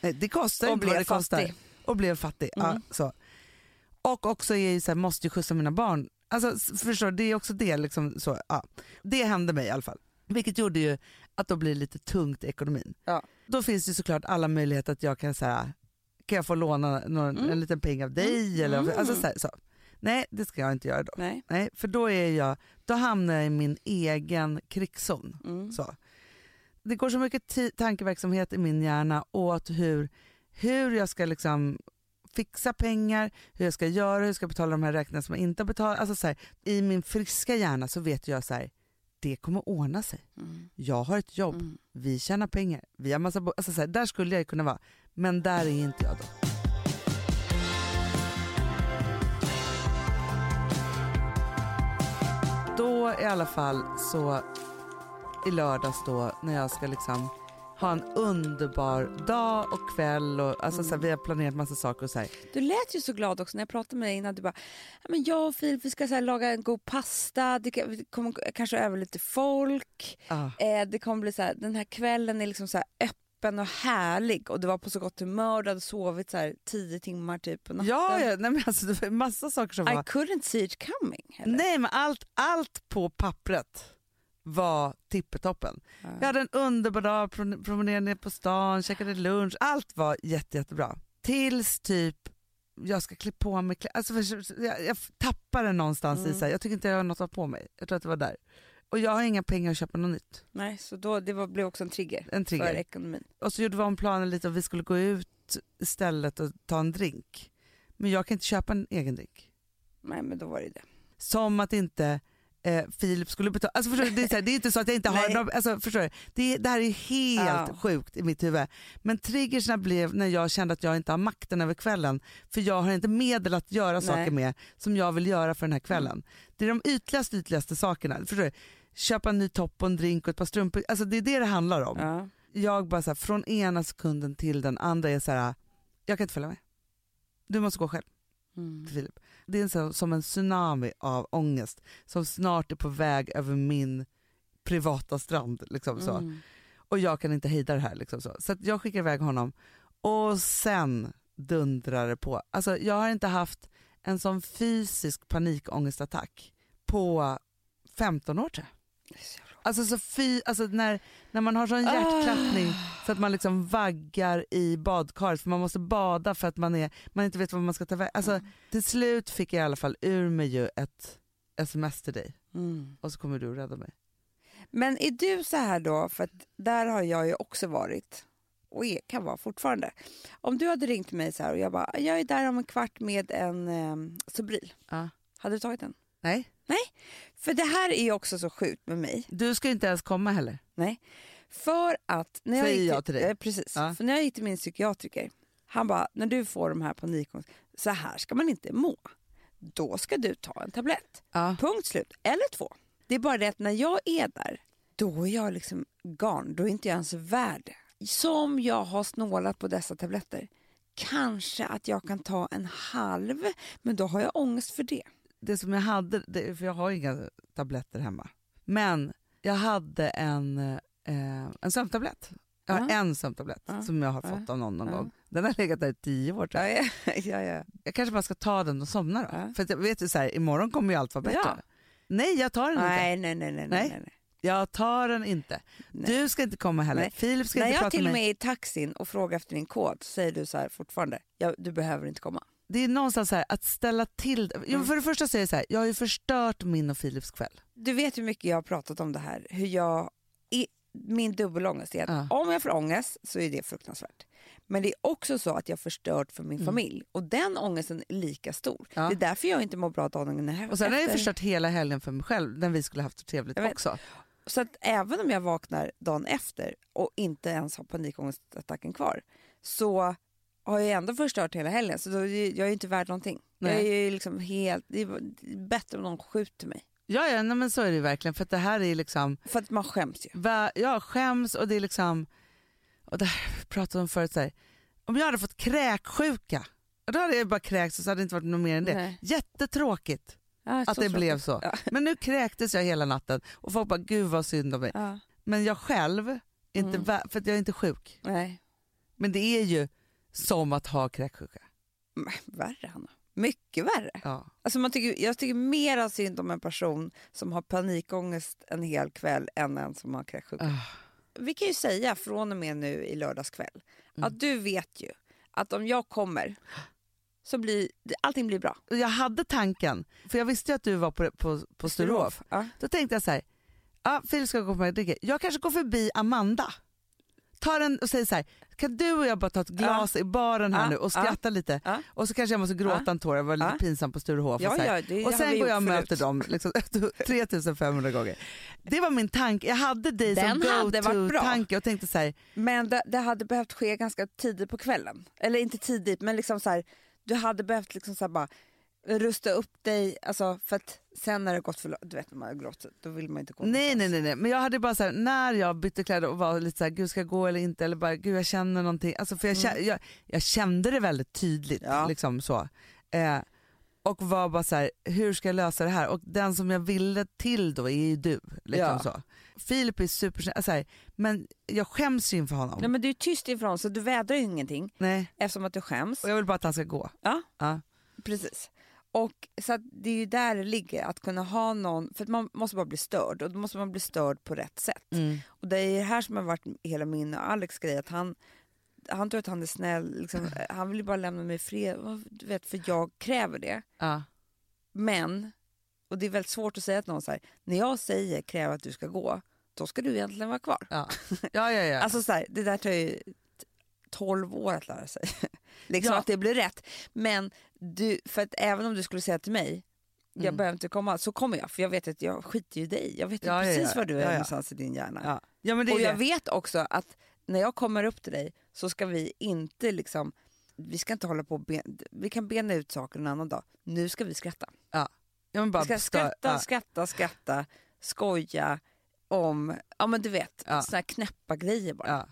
Nej, det kostar
Och
inte vad
blev
det kostar.
fattig.
Och blev fattig. Ja,
Mm.
så. Och också är ju så här, måste ju skjutsa mina barn. Alltså s- förstår du, det är också det liksom så. Ja. Det hände mig i alla fall. Vilket gjorde ju att då blir det lite tungt i ekonomin.
Ja.
Då finns det ju såklart alla möjligheter att jag kan så här, kan jag få låna någon,
Mm.
en liten peng av dig? Eller,
Mm.
alltså, så här, så. Nej, det ska jag inte göra då.
Nej.
Nej, för då, är jag, då hamnar jag i min egen krigszon.
Mm.
Så. Det går så mycket ti- tankeverksamhet i min hjärna åt hur, hur jag ska liksom fixa pengar, hur jag ska göra, hur jag ska betala de här räkningarna som jag inte har betalat. Alltså så här, I min friska hjärna så vet jag så här, det kommer ordna sig.
Mm.
Jag har ett jobb,
Mm.
vi tjänar pengar, vi har massa bo- alltså, så här, Där skulle jag kunna vara, men där är inte jag då. Då i alla fall så i lördags då när jag ska liksom ha en underbar dag och kväll och alltså så här, vi har planerat massa saker och så här.
Du lät ju så glad också när jag pratade med dig innan. Du bara, "Ja, men jag och Filip vi ska så här, laga en god pasta, det kan- det kommer kanske över lite folk.
Ah.
Eh, det kommer bli så här, den här kvällen är liksom så här öppen och härlig och du var på så gott humör, du hade sovit så här tio timmar typ på natten.
Ja, ja nej, men alltså, det var massa saker som
I
var
couldn't see it coming. Eller?
Nej, men allt, allt på pappret var tippetoppen.
Ja.
Jag hade en underbar dag, prom- promenerade ner på stan, käkade lunch. Allt var jätte, jättebra. Tills typ jag ska klä på mig klä- alltså, för- jag, jag tappar det någonstans i
Mm.
så här. Jag tycker inte jag har något att ha på mig. Jag tror att det var där. Och jag har inga pengar att köpa något nytt.
Nej, så då, det var, blev också en trigger,
En
för
trigger.
ekonomin.
Och så gjorde vi om planen lite och vi skulle gå ut istället och ta en drink. Men jag kan inte köpa en egen drink.
Nej, men då var det det.
som att inte eh, Filip skulle betala. Alltså, förstår du, det, är så här, det är inte så att jag inte har
Nej.
några, alltså, förstår du? Det, är- det här är helt
Ja.
sjukt i mitt huvud. Men triggersen blev när jag kände att jag inte har makten över kvällen för jag har inte medel att göra
Nej. Mm.
saker med som jag vill göra för den här kvällen. Det är de ytligaste, ytligaste sakerna. Förstår du? Köpa en ny topp och en drink och ett par strumpor. Alltså, det är det det handlar om.
Ja.
Jag bara så här, från ena sekunden till den andra är så här, jag kan inte följa med. Du måste gå själv
Mm.
till Filip. Det är en sån, som en tsunami av ångest som snart är på väg över min privata strand. Liksom så.
Mm.
Och jag kan inte hejda det här. Liksom så så att jag skickar iväg honom och sen dundrar det på. Alltså, jag har inte haft en sån fysisk panikångestattack på 15 år tror jag.
Det är så jävla-
Alltså, så fy, alltså när, när man har sån
Ah.
hjärtklappning så att man liksom vaggar i badkaret för man måste bada för att man, är, man inte vet vad man ska ta vägen.
Mm.
Alltså, till slut fick jag i alla fall ur mig ju ett sms till dig
Mm.
och så kommer du rädda mig.
Men är du så här då, för att där har jag ju också varit och är, kan vara fortfarande. Om du hade ringt mig så här och jag bara, jag är där om en kvart med en eh, Sobril.
Ja.
Hade du tagit den?
Nej,
För det här är ju också så sjukt med mig.
du ska ju inte ens komma heller.
Nej. För att... När
Säger
gick
jag till dig?
Eh, precis.
Ja.
För när jag gick till min psykiatriker, han bara, när du får de här panikångest, så här ska man inte må. Då ska du ta en tablett.
Ja.
Punkt slut. Eller två. Det är bara det att när jag är där, då är jag liksom gone. Då är inte jag ens värd det. Som jag har snålat på dessa tabletter. Kanske att jag kan ta en halv, men då har jag ångest för det.
Det som jag hade, det, för jag har inga tabletter hemma, men jag hade en, eh, en sömntablett. Jag har
Ja.
en sömntablett
Ja.
som jag har
Ja.
fått av någon någon
Ja.
gång. Den har legat där i tio år tror jag.
Ja,
(laughs)
ja, ja, ja.
jag kanske bara ska ta den och somna då.
Ja.
För att jag vet ju så här, imorgon kommer ju allt vara bättre.
Ja.
Nej, jag tar den inte.
Nej, nej, nej, nej, nej,
Nej.
nej, nej.
Jag tar den inte.
Nej.
Du ska inte komma heller.
Nej.
Filip ska
När
inte
jag
prata
till
med
och
mig.
med är i taxin och frågar efter din kod så säger du så här fortfarande, ja, du behöver inte komma.
Det är någonstans så här, att ställa till det. Jo,
Mm.
För det första säger jag så här, jag har ju förstört min och Filips kväll.
Du vet hur mycket jag har pratat om det här, hur jag, i, min dubbelångest är att
Ja.
om jag får ångest så är det fruktansvärt. Men det är också så att jag har förstört för min familj och den ångesten är lika stor.
Mm. Ja.
Det är därför jag inte mår bra dagen när
Och sen har jag ju
efter.
förstört hela helgen för mig själv, när vi skulle haft det trevligt
Jag vet.
också.
Så att även om jag vaknar dagen efter och inte ens har panikångestattacken kvar så har jag ändå förstört hela helgen så då är ju- jag är ju inte värd någonting. Jag är ju liksom helt, det är bättre om någon skjuter mig.
Ja, ja nej, men så är det ju verkligen. För att det här är liksom,
För att man skäms ju.
va, jag skäms och det är liksom, och det här vi pratade om förut, så här, om jag hade fått kräksjuka, då hade jag bara kräkts och så hade det inte varit något mer än det.
Nej.
Jättetråkigt.
Ja,
att
så
det
tråkigt.
blev så.
Ja.
Men nu kräktes jag hela natten och folk bara gud vad synd om mig.
Ja.
Men jag själv, är inte
Mm.
vä- för att jag är inte sjuk.
Nej,
Men det är ju som att ha kräksjuka.
Men värre Hanna. Mycket värre.
Ja.
Alltså man tycker, jag tycker mera synd om en person som har panikångest en hel kväll än en som har kräksjuka.
Ah. Mm.
Vi kan ju säga från och med nu i lördagskväll att du vet ju att om jag kommer så blir allting blir bra.
Och Jag hade tanken, för jag visste ju att du var på, på, på Sturehof.
Ja.
Då tänkte jag så här, ja, Filip ska gå på mig och dricka. Jag kanske går förbi Amanda. tar en och säger så här, kan du och jag bara ta ett glas i baren här
Ja,
nu och
ja,
skratta lite
ja.
och så kanske jag måste gråta en tår, det var lite
ja.
pinsamt på Sturehof. och
Ja,
så här.
ja, det
och
har
sen går
vi gjort
jag och möter
förut.
dem liksom, (laughs) 3500 gånger. Det var min tanke, jag hade dig som
Den hade varit bra.
go-to-tanke och tänkte så här,
Men det, det hade behövt ske ganska tidigt på kvällen. Eller inte tidigt, men liksom så här, du hade behövt liksom så här bara rusta upp dig. Alltså, för att sen när det gått för långt, du vet när man har gråtit, då vill man inte gå
Nej, nej,
någonstans.
nej, nej. Men jag hade bara så här, när jag bytte kläder och var lite så här, gud ska jag gå eller inte? Eller bara, gud jag känner någonting. Alltså, för jag, kä- jag, jag kände det väldigt tydligt.
Mm. Ja.
Liksom så. Eh, och var bara så här, hur ska jag lösa det här? Och den som jag ville till då är ju du. Liksom
Ja.
så. Filip är super, alltså här, men jag skäms ju inför honom.
Nej, men du är tyst ifrån så du vädrar ju ingenting
Nej.
eftersom att du skäms.
Och jag vill bara att han ska gå.
Ja.
Ja.
Precis. Och så att det är ju där det ligger, att kunna ha någon, för att man måste bara bli störd och då måste man bli störd på rätt sätt.
Mm.
Och det är det här som har varit hela min och Alex grej, att han, han tror att han är snäll, liksom,
Mm.
eh, han vill ju bara lämna mig i fred, vad- du vet, för jag kräver det.
Ja.
Men, och det är väldigt svårt att säga till någon så här, när jag säger kräver att du ska gå, då ska du egentligen vara kvar.
Ja. ja, ja, ja.
Alltså så här, det där tar ju t- 12 år att lära sig. (laughs) liksom
Ja.
att det blir rätt. Men du, för att även om du skulle säga till mig, jag
Mm.
behöver inte komma, så kommer jag. För jag vet att jag skiter ju i dig. Jag vet ju
Ja, ja,
precis
ja.
var du är
Ja, ja.
någonstans i din hjärna.
ja. ja, men det
Och
är
jag
det.
vet också att när jag kommer upp till dig så ska vi inte liksom, vi ska inte hålla på och ben, vi kan bena ut saker en annan dag. Nu ska vi skratta.
Jag vill
Vi
bara
ska skratta,
ja.
skratta, skratta, skoja om, ja men du vet,
Ja.
såna här knäppa grejer bara.
Ja.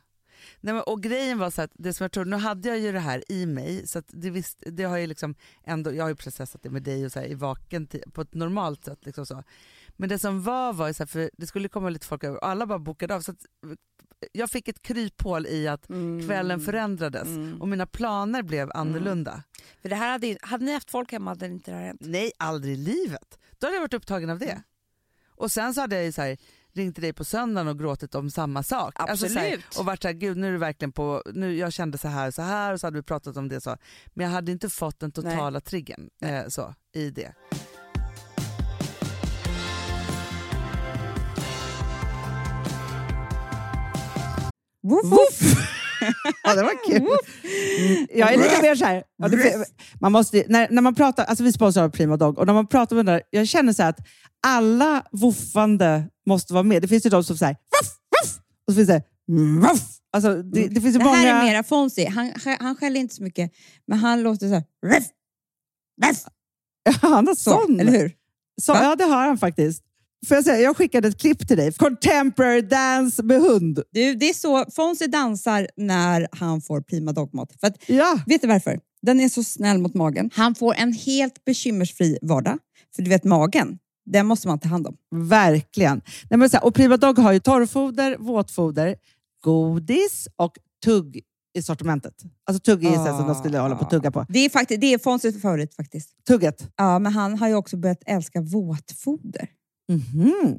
Nej, men, och grejen var så att det som jag trodde, nu hade jag ju det här i mig, så att det visst, det har ju liksom ändå, jag har ju processat det med dig och så här, i vaken tid, på ett normalt sätt. Liksom så. Men det som var var ju så här, för det skulle komma lite folk över och alla bara bokade av. Så att jag fick ett kryphål i att kvällen förändrades
Mm.
och mina planer blev annorlunda.
För det här hade, ju- hade ni haft folk hemma hade inte det här hänt.
Nej, aldrig i livet. Då hade jag varit upptagen av det.
Mm.
Och sen så hade jag ju så här, ringt till dig på söndagen och gråtit om samma sak. Alltså så här,
Absolut.
och varit så här, gud nu är det verkligen på, nu, jag kände så här och så här och så hade vi pratat om det så. Men jag hade inte fått den totala triggern eh, så, i det. (laughs)
Woof, woof. ja, det var kul. Jag är lite mer så här. Ja, det, man måste, ju- när, när man pratar, alltså vi sponsrar av Prima Dog och när man pratar med den där, jag känner så här att alla woofande måste vara med. Det finns ju de som säger woof, woof, och så finns det woof. Alltså, det, det finns ju
Det
många...
här är
(laughs)
mera Fonzie. Han, han skäller inte så mycket, men han låter så här... Ruff, ruff,
Han har
så,
sån.
eller hur?
Så,
Va?
ja, det har han faktiskt. Får jag, säga, jag skickade ett klipp till dig. Contemporary dance med hund.
Du, det är så Fonzie dansar när han får prima dogmat. För att,
Ja,
vet du varför? Den är så snäll mot magen. Han får en helt bekymmersfri vardag. För du vet, magen, den måste man ta hand om.
verkligen. Nej, men så här, och Prima Dog har ju torrfoder, våtfoder, godis och tugg i sortimentet. Alltså tugg är ju ah. som de skulle hålla på att tugga på.
Det är, faktiskt, det är Fonzies favorit faktiskt.
Tugget.
Ja, men han har ju också börjat älska våtfoder.
Mhm.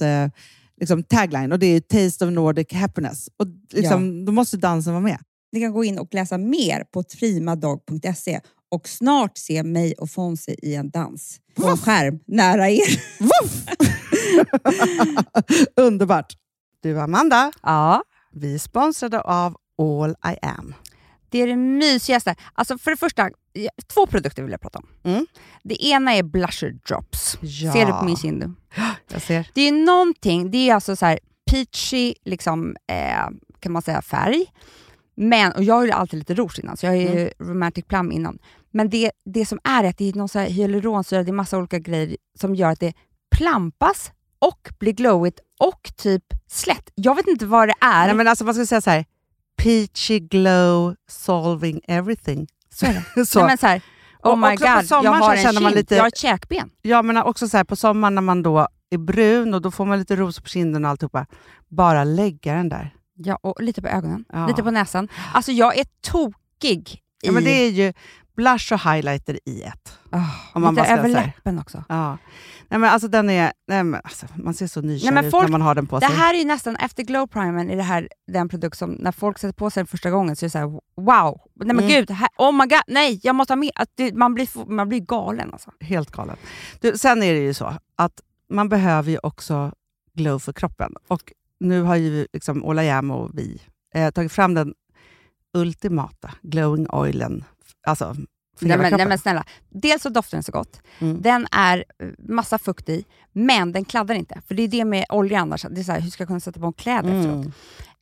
eh, liksom tagline och det är ju Taste of Nordic Happiness. Och liksom, Då måste dansen vara med.
Ni kan gå in och läsa mer på primadog.se och snart se mig och Fonzie i en dans på en skärm nära er.
(laughs) Underbart! Du Amanda,
(laughs) Ja.
vi är sponsrade av All I Am.
Det är det mysigaste. Alltså för det första, jag- två produkter vill jag prata om.
Mm.
Det ena är blusher drops.
Ja.
Ser du på min kind?
Jag ser.
Det är någonting, det är alltså så här peachy liksom, eh, kan man säga färg. Men, och jag har ju alltid lite rouge innan, så jag har ju
Mm.
romantic plum innan. Men det, det som är är att det är någon så här hyaluronsyra, det är massa olika grejer som gör att det plampas och blir glowigt och typ slätt. Jag vet inte vad det är.
Nej, men alltså man ska säga så här, peachy glow solving everything.
så är
(laughs)
det.
Så.
Nej, men så här, oh
Och
my
också på
god, jag
sommaren
har
så
en
känner man
kind,
lite-
jag har ett käkben.
Ja, men också så här, på sommaren när man då är brun och då får man lite ros på kinden och alltihopa. Bara lägga den där. Ja, och lite på ögonen,
Ja.
lite på näsan. Alltså jag är tokig i...
Ja, men det är ju blush och highlighter i ett.
Ah,
om man
lite
bara ska
över
säga.
läppen också.
Ja. Nej, men alltså, den är, nej, men alltså, man ser så nykär
men
ut
folk-
när man har den på
Det
sig.
här är ju nästan efter glow primern, är det här den produkt som när folk sätter på sig den första gången så är det så här: wow, nej men
Mm.
gud, här, oh my god, nej jag måste ha med. Att det, man, blir, f- man blir galen alltså.
Helt galen. Du, sen är det ju så att man behöver ju också glow för kroppen. Och nu har ju liksom Ola Jämo och vi eh, tagit fram den ultimata glowing oilen. f- Alltså, för
Nej
hela
men, nej
kroppen.
men snälla, dels så doftar den så gott,
Mm.
den är eh, massa fukt i, men den kladdar inte. För det är det med olja annars, det är så här, hur ska jag kunna sätta på en kläder efteråt?
Mm.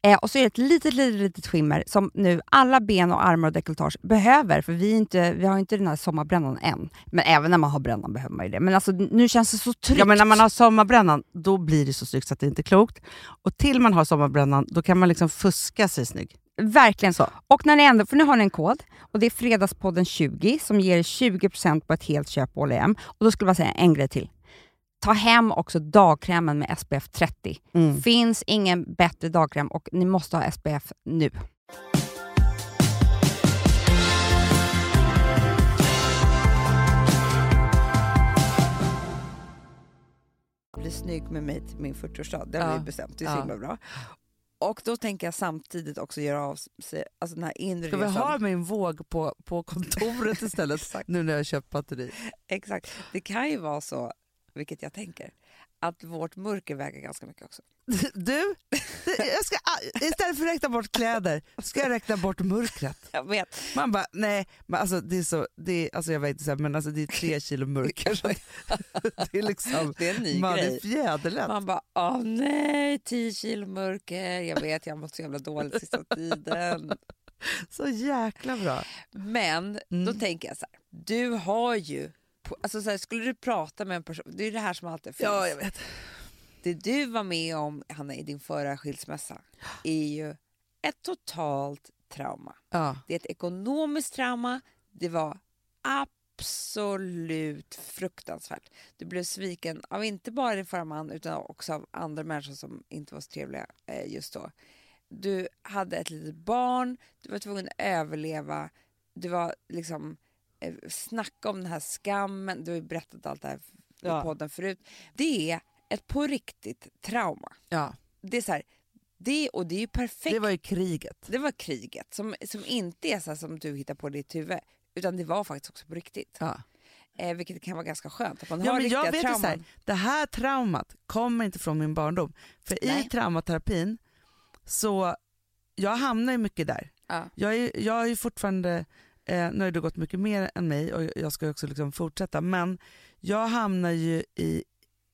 Eh, och så är det ett litet, litet, litet skimmer som nu alla ben och armar och dekolletage behöver, för vi, är inte, vi har inte den här sommarbrännan än. Men även när man har brännan behöver man ju det. Men alltså, nu känns det så tryggt.
Ja, men när man har sommarbrännan, då blir det så snyggt så att det inte är klokt. Och till man har sommarbrännan, då kan man liksom fuska sig snygg.
Verkligen.
Så.
Och när ni ändå, för nu har ni en kod och det är Fredagspodden20 som ger er 20% på ett helt köp på Olle M. Och då skulle jag bara säga en grej till. Ta hem också dagkrämen med SPF 30.
Mm.
Finns ingen bättre dagkräm och ni måste ha SPF nu.
bli snygg med mig till min 40-årsdag. Det
Ja.
har vi bestämt. Det är så
Ja.
himla bra. Och då tänker jag samtidigt också göra av sig, alltså den här inre
Ska vi
resan.
ha min våg på, på kontoret (laughs) istället,
Exakt.
nu när jag har köpt batteri?
Exakt. Det kan ju vara så, vilket jag tänker, att vårt mörker väger ganska mycket också.
Du, det- jag ska, istället för att räkna bort kläder ska jag räkna bort mörkret.
Jag vet.
Man bara, nej, men alltså, det är så, det är, alltså, jag vet inte, så här, men alltså, det är tre kilo mörker. Så (laughs) det är liksom,
Det är en ny
man är
grej.
fjäderlätt.
Man bara, åh nej, 10 kilo mörker. Jag vet, jag har mått så jävla dåligt sista tiden.
Så jäkla bra.
Men
Mm.
då tänker jag så här, du har ju, på- alltså så här, skulle du prata med en person, det är ju det här som alltid finns.
Ja, jag vet.
Det du var med om, Hanna, i din förra skilsmässa är ju ett totalt trauma.
Ja.
Det är ett ekonomiskt trauma. Det var absolut fruktansvärt. Du blev sviken av inte bara din förra man utan också av andra människor som inte var så trevliga eh, just då. Du hade ett litet barn, du var tvungen att överleva. Du var liksom, eh, snacka om den här skammen. Du har ju berättat allt det här i
Ja.
podden förut. Det är ett på riktigt trauma.
Ja.
Det är så här, det, och det är ju perfekt
Det var ju kriget.
det var kriget som, som inte är så här som du hittar på ditt huvud. Utan det var faktiskt också på riktigt.
Ja.
Eh, vilket kan vara ganska skönt. Att man
Ja,
har
men jag
riktiga
vet ju
trauman.
så här, det här traumat kommer inte från min barndom. För i
Nej.
traumaterapin, så jag hamnar ju mycket där.
Ja.
Jag, är, jag är ju fortfarande, eh, nu har du gått mycket mer än mig och jag ska ju också liksom fortsätta, men jag hamnar ju i,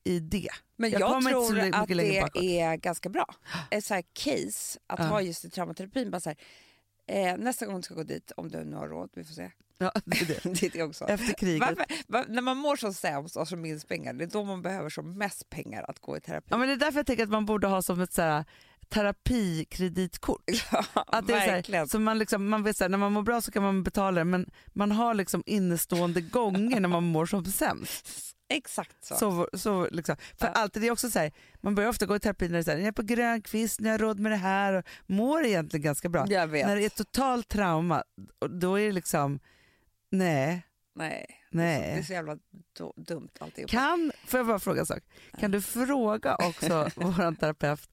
i det.
men
jag
jag,
kommer inte så
tror
mycket
att
längre
det
bakåt.
är
(gasps)
ganska bra. Ett så här case att
Ja.
ha just i traumaterapin. Bara så här, eh, nästa gång du ska gå dit, om du nu har råd, vi får se.
(laughs) Ja, det är det.
det är det också.
Efter kriget.
(laughs) Varför, var, när man mår som sämst och har som minst pengar, det är då man behöver som mest pengar att gå i terapi.
Ja, men det är därför jag tänker att man borde ha som ett så här, terapikreditkort.
(laughs)
Att det är så här,
verkligen.
så man liksom, man vet så här, när man mår bra så kan man betala det men man har liksom innestående gånger när man mår som sämst.
Exakt så.
Så, så liksom. För
Ja.
alltid, det är också så här, man börjar ofta gå i terapi när det är så här, jag är på grön kvist, nu har jag råd med det här och mår egentligen ganska bra.
Jag vet.
När det är totalt trauma, och då är det liksom, nej,
Nej. Det är
nej.
så jävla do- dumt alltihop.
Kan, får jag bara fråga en sak? Kan du fråga
(laughs)
också vår terapeut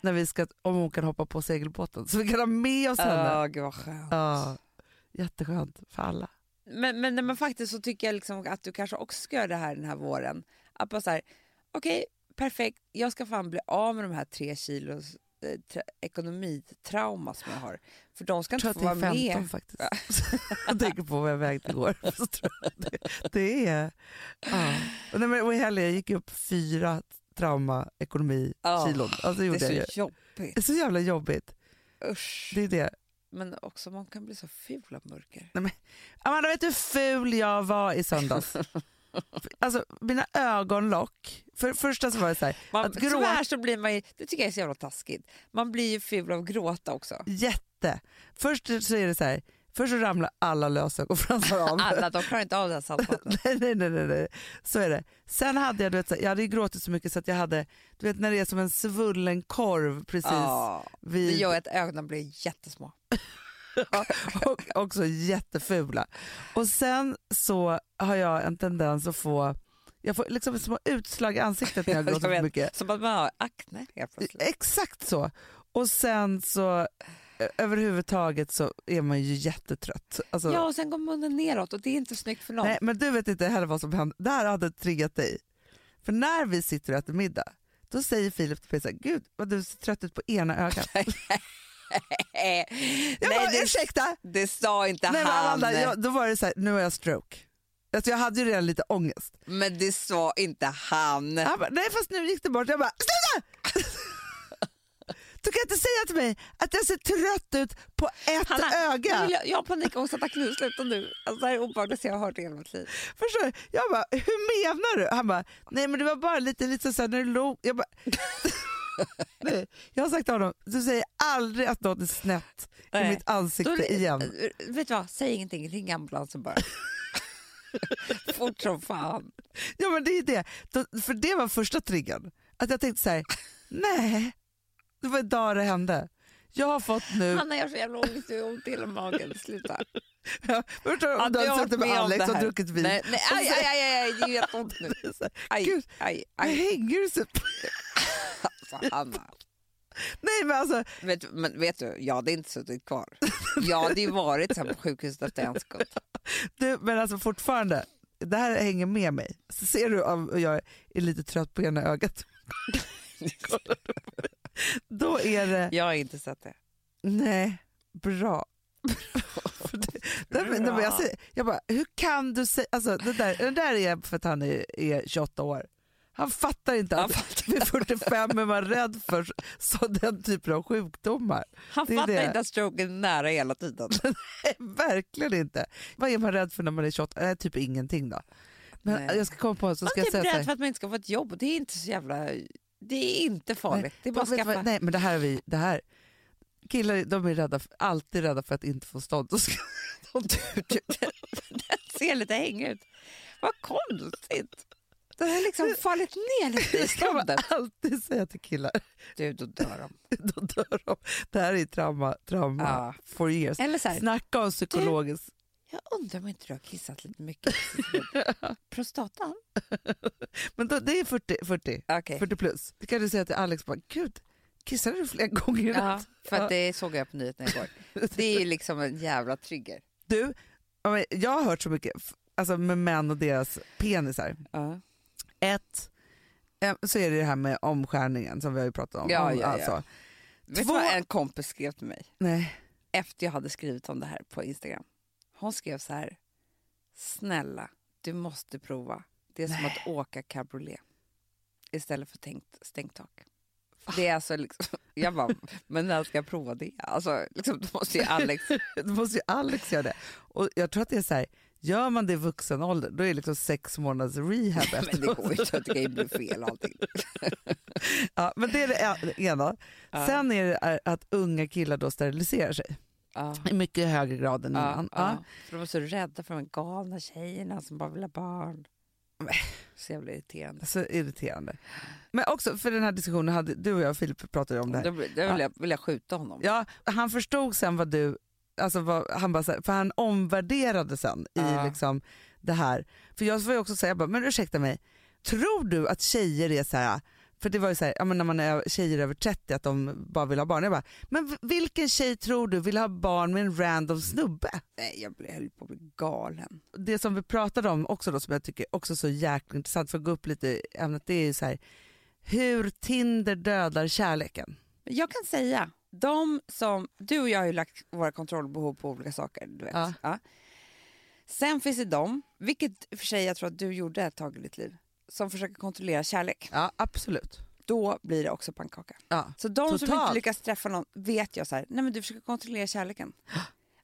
när vi ska, om hon kan hoppa på segelbåten så vi kan ha med oss henne?
Ja, gud vad skönt.
Ja, jätteskönt för alla.
Men, men, nej, men faktiskt så tycker jag liksom att du kanske också ska göra det här den här våren. Att bara så här, okej, perfekt, jag ska fan bli av med de här tre kilos eh, tra- ekonomitrauma som jag har. För de ska
Jag tror
inte få
att det
vara
är 15
med.
faktiskt. (laughs) jag tänker på vad jag vägde igår. Så tror jag det, det är... Ja. Och, nej, men, och i helgen gick jag upp fyra trauma ekonomi
Ja,
kilon. Alltså, det gjorde
Det
jag ju.
är så jobbigt.
Det är så jävla jobbigt.
Usch.
Det är det.
Men också man kan bli så ful av mörker.
Amanda, vet du hur ful jag var i
(laughs)
söndags? alltså, mina ögonlock. För första så var det så här,
Man,
Att gråta-
Tyvärr så blir man ju, det tycker jag är så jävla taskigt. Man blir ju ful av gråta också.
jätte. Först så är det så här, Först så ramlar alla lösögonfransar av.
Alla, de klarar inte
(laughs)
av den saltvattnet.
nej, nej, nej, nej, nej. Så är det. Sen hade jag, du vet, så här, jag hade ju gråtit så mycket så att jag hade, du vet när det är som en svullen korv precis
Ja. Det
vid
gör att ögonen blir jättesmå.
och (laughs) också jättefula. Och sen så har jag en tendens att få, jag får liksom små utslag i ansiktet
(laughs)
när jag
Jag
gråter för
vet.
mycket.
Som att man har akne helt plötsligt.
Exakt så. Och sen så eh, överhuvudtaget så är man ju jättetrött. Alltså,
Ja, och sen går munnen neråt och det är inte snyggt för någon.
nej, men du vet inte heller vad som hände. Det här hade triggat dig. För när vi sitter och äter middag, då säger Filip till mig så här, gud vad du ser trött ut på ena ögat.
Eh,
Jag
(laughs) nej,
bara,
det,
ursäkta!
det sa inte
Nej, men
han.
Amanda, jag, då var det så här, nu har jag stroke. Alltså, jag hade ju redan lite ångest.
Men det sa inte han.
Han bara, nej fast nu gick det bort. Jag bara, sluta! (laughs) Du kan inte säga till mig att jag ser trött ut på ett
Hanna,
öga.
nu vill Jag, jag har panikångestattack nu, sluta nu. Alltså, det här är obehagligt jag har hört i hela mitt liv.
Förstår du? Jag bara, hur menar du? Han bara, nej men det var bara lite, lite såhär när du log. Jag bara, (laughs) nej, jag har sagt till honom, du säger aldrig att något är snett i
Nej.
mitt ansikte igen.
Eh, Vet du vad, säg ingenting, ring
(laughs)
ambulansen bara. Fort som fan.
Ja men det är det. Då, för det var första triggern. Att jag tänkte så här: nej, det var idag det hände. Jag har fått nu, (laughs)
Hanna, jag har så jävla ångest, du har ont i hela magen. Sluta.
förstår du? Om du hade suttit med Alex och druckit vin.
Nej, nej,
Och
aj,
så-
aj, aj, aj, aj, det gör jätteont nu.
(laughs) Så här,
Aj,
Gud.
aj,
Vad
aj, (laughs)
hänger du så (laughs) på?
alltså, Hanna.
Nej men alltså,
Vet, du- men vet du, jag hade inte suttit kvar. Jag hade ju varit sen på sjukhuset efter en sekund.
Du, men alltså fortfarande, det här hänger med mig. Så ser du om jag är lite trött på ena ögat? (laughs) Kollar du på det? Då är det,
Jag har inte sett det.
nej, bra. (laughs) För det, nej, men- nej, men jag, säger, jag bara, hur kan du säga, alltså det där, det där är för att han är, är 28 år. Han fattar inte
Han
att vid 45 är man rädd för så, den typen av sjukdomar.
Han
Det är
fattar
det.
inte att stroken är nära hela tiden.
Nej, Verkligen inte. Vad är man rädd för när man är 28? Nej, typ ingenting då. Men
Nej.
jag ska komma på en så ska
man
jag
är typ
säga så här.
rädd för att man inte ska få ett jobb. Det är inte så jävla... Det är inte farligt. det är bara att
Vet du vad?
skaffa.
Nej, men det här är vi, det här. Killar de är rädda, för- alltid rädda för att inte få stånd. Då ska- (laughs)
(laughs) ser lite hängig ut. Vad konstigt. Den har liksom fallit ner lite (laughs) i
ska man
stånden.
alltid säga till killar, (laughs)
Du, då dör de.
då dör de. Det här är trauma, trauma
Ja.
for years.
Eller så här,
Snacka om psykologiskt.
jag undrar om inte du har kissat lite (laughs) mycket. Prostatan?
Men då, det är 40, 40,
Okej.
40 plus. Det kan du säga till Alex, bara, gud, kissade du fler (laughs) gånger i
Ja,
natt?
för att det såg jag på nyheterna (laughs) igår. Det är ju liksom en jävla trigger.
Du, ja, men jag har hört så mycket f- alltså, med män och deras penisar.
Ja.
Ett, eh, så är det det här med omskärningen som vi har ju pratat om.
Ja,
Om-
ja, ja.
Alltså.
Vet du
Två-
vad en kompis skrev till mig
Nej.
efter jag hade skrivit om det här på Instagram? Hon skrev så här. Snälla, du måste prova. Det är som att åka cabriolet istället för tänkt, stängt tak. Det är alltså liksom, jag bara, men när ska jag prova det? Alltså, liksom, då måste ju (laughs) Alex...
Då måste ju Alex göra det. Och jag tror att det är så här, gör man det i vuxen ålder, då är det liksom sex månaders rehab
Men det
efteråt.
går ju inte, det kan ju bli fel och allting.
ja, men det är det en- ena.
Ja.
Sen är det är att unga killar då steriliserar sig
Ja,
i mycket högre grad än
ja,
innan. Ja.
ja. För de var så rädda för de galna tjejerna som bara vill ha barn. (laughs) Så jävla irriterande.
Så irriterande. Men också för den här diskussionen hade du och jag och Filip pratade om det här.
Då, blir- då vill, jag, vill jag skjuta honom.
Ja, han förstod sen vad du, alltså vad, han bara så här, för han omvärderade sen i
Ja.
liksom det här. För jag var ju också säga, jag bara, men ursäkta mig, tror du att tjejer är så här, för det var ju så här, ja, men när man är tjejer över 30 att de bara vill ha barn. Jag bara, men v- vilken tjej tror du vill ha barn med en random snubbe?
Nej, jag blir- höll på att bli galen.
Det som vi pratade om också då som jag tycker också är så jäkla intressant för att gå upp lite i ämnet det är ju så här, hur Tinder dödar kärleken.
Men jag kan säga, de som, du och jag har ju lagt våra kontrollbehov på olika saker. Du vet.
Ja.
Ja. Sen finns det de, vilket i och för sig jag tror att du gjorde ett tag i ditt liv, som försöker kontrollera kärlek.
Ja absolut.
Då blir det också pannkaka.
Ja.
Så de som
Totalt.
inte lyckas träffa någon vet jag så här, nej men du försöker
(gasps)
kontrollera kärleken.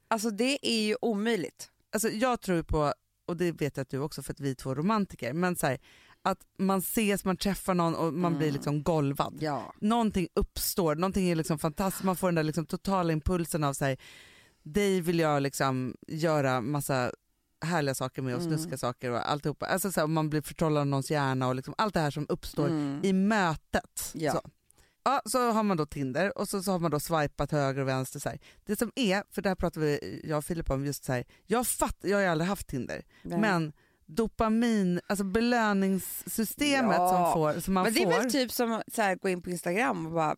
Alltså det är ju omöjligt.
alltså jag tror på, och det vet jag att du också för att vi är två romantiker, men så här, att man ses, man träffar någon och man blir liksom golvad.
Mm. Ja.
Någonting uppstår, någonting är liksom fantastiskt, man får den där liksom totala impulsen av så här, dig vill jag liksom göra massa härliga saker med och
Mm.
snuska saker och alltihopa. Alltså så här, man blir förtrollad av någons hjärna och liksom allt det här som uppstår
Mm.
i mötet.
Ja.
Så. Ja, så har man då Tinder och så, så har man då swipat höger och vänster. Så här. Det som är, för det här pratade vi, jag och Filip om, just så här, jag, fatt, jag har ju aldrig haft Tinder,
Nej.
men dopamin, alltså belöningssystemet
Ja.
som, får, som man
Men det är
får.
väl typ som att så här, gå in på Instagram och bara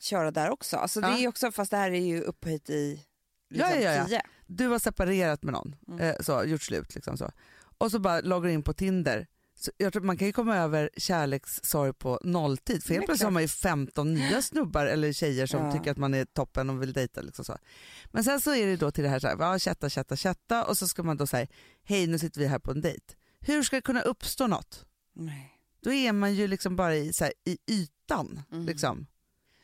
köra där också. Alltså, det
Ja.
är ju också. Fast det här är ju upphöjt i
Ja,
liksom,
ja, ja.
10.
du har separerat med någon,
Mm.
eh, så, gjort slut liksom så. Och så bara loggar du in på Tinder. Så jag tror man kan ju komma över kärlekssorg på nolltid. För
Det är
helt plötsligt
klart.
har man ju 15 nya snubbar eller tjejer som
Ja.
tycker att man är toppen och vill dejta. Liksom så. Men sen så är det då till det här, så här va, chatta, chatta, chatta och så ska man då säga hej nu sitter vi här på en dejt. Hur ska det kunna uppstå något?
Nej.
Då är man ju liksom bara i, så här, i ytan.
Mm.
Liksom.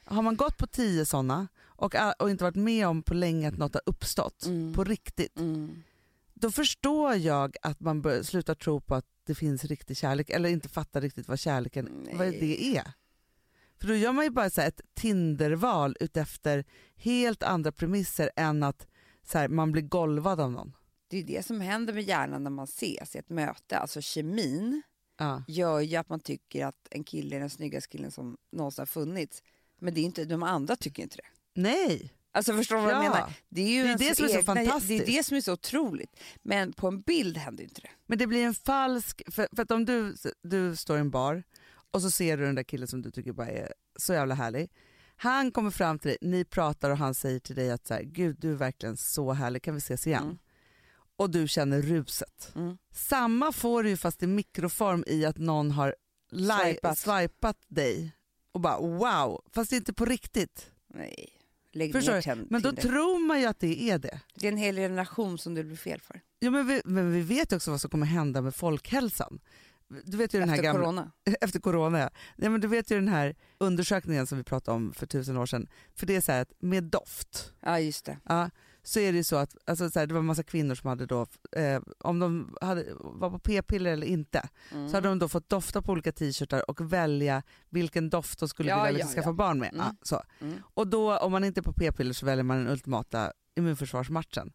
Har man gått på tio sådana och, och inte varit med om på länge att något har uppstått
Mm.
på riktigt
Mm.
då förstår jag att man bör- slutar tro på att det finns riktig kärlek eller inte fattar riktigt vad kärleken vad
Nej.
det är. För då gör man ju bara så här ett Tinderval utefter helt andra premisser än att så här, man blir golvad av någon.
Det är ju det som händer med hjärnan när man ses i ett möte. Alltså kemin
Ja.
gör ju att man tycker att en kille är den snyggaste killen som någonsin har funnits. Men det är inte, de andra tycker inte det.
Nej,
Alltså förstår du vad jag
Ja.
menar? Det är ju
Det är
ens
det som är så
Det
fantastiskt.
är det som är så otroligt. Men på en bild händer ju inte det.
men det blir en falsk... För, för att om du, du står i en bar och så ser du den där killen som du tycker bara är så jävla härlig. Han kommer fram till dig, ni pratar och han säger till dig att så här, gud du är verkligen så härlig, kan vi ses igen?
Mm.
Och du känner ruset.
Mm.
Samma får du ju fast i mikroform i att någon har li-
Swipat.
swipat. dig och bara wow, fast det är inte på riktigt.
Nej. Lägg
Förstår
ner
du?
tänd-
Men då
Tinder.
tror man ju att det är det.
Det är en hel generation som det blir fel för.
Ja, men, vi, men vi vet ju också vad som kommer hända med folkhälsan. Du vet ju den här
Efter
gamla,
corona.
(laughs) efter corona. Ja. Nej, men du vet ju den här undersökningen som vi pratade om för tusen år sedan. För det är så här att med doft
Ja, just det.
ja, så är det ju så att alltså, så här, det var en massa kvinnor som hade då, eh, om de hade, var på p-piller eller inte,
Mm.
så hade de då fått dofta på olika t-shirtar och välja vilken doft de skulle
Ja,
vilja
ja,
liksom skaffa
ja.
barn med.
Mm.
Ja, så.
Mm.
Och då om man inte är på p-piller så väljer man den ultimata immunförsvarsmatchen.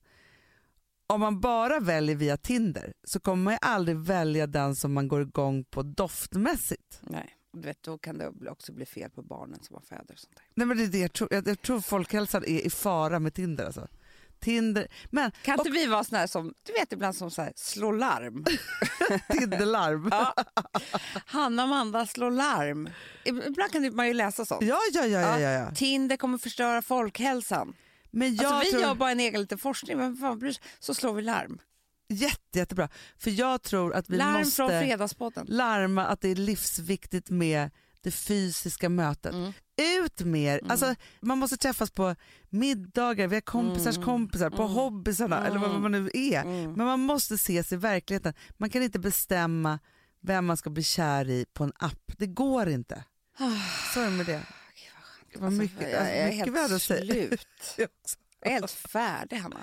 Om man bara väljer via Tinder så kommer man ju aldrig välja den som man går igång på doftmässigt.
Nej. Och Du vet, då kan det bli- också bli fel på barnen som man föder. Och sånt där.
Nej men det är det jag tror. Jag, jag tror folkhälsan är i fara med Tinder alltså. Tinder, men
Kan inte vi vara såna här som, du vet ibland som så här,
(laughs)
slår larm?
Tinderlarm. ja,
Hanna och Amanda slår larm. Ib- Ibland kan man ju läsa
(laughs)
sånt.
ja, ja, ja, ja, ja.
Tinder kommer förstöra folkhälsan.
Men jag
Alltså, vi
tror...
gör bara en egen liten forskning, men fan bryr sig? Så slår vi larm.
Jätte, jättebra. För jag tror att vi
larm
måste...
från Fredagspodden.
larma att det är livsviktigt med det fysiska mötet.
Mm.
Ut med er! Alltså, man måste träffas på middagar, vi har kompisars
Mm.
kompisar, på hobbysarna eller vad man nu är. Men man måste ses i verkligheten. Man kan inte bestämma vem man ska bli kär i på en app. Det går
(sighs)
inte. Så är det med det. Det var mycket,
jag,
alltså,
jag är
mycket vi hade
helt
att säga.
slut.
Jag också.
Jag är helt färdig, Hanna.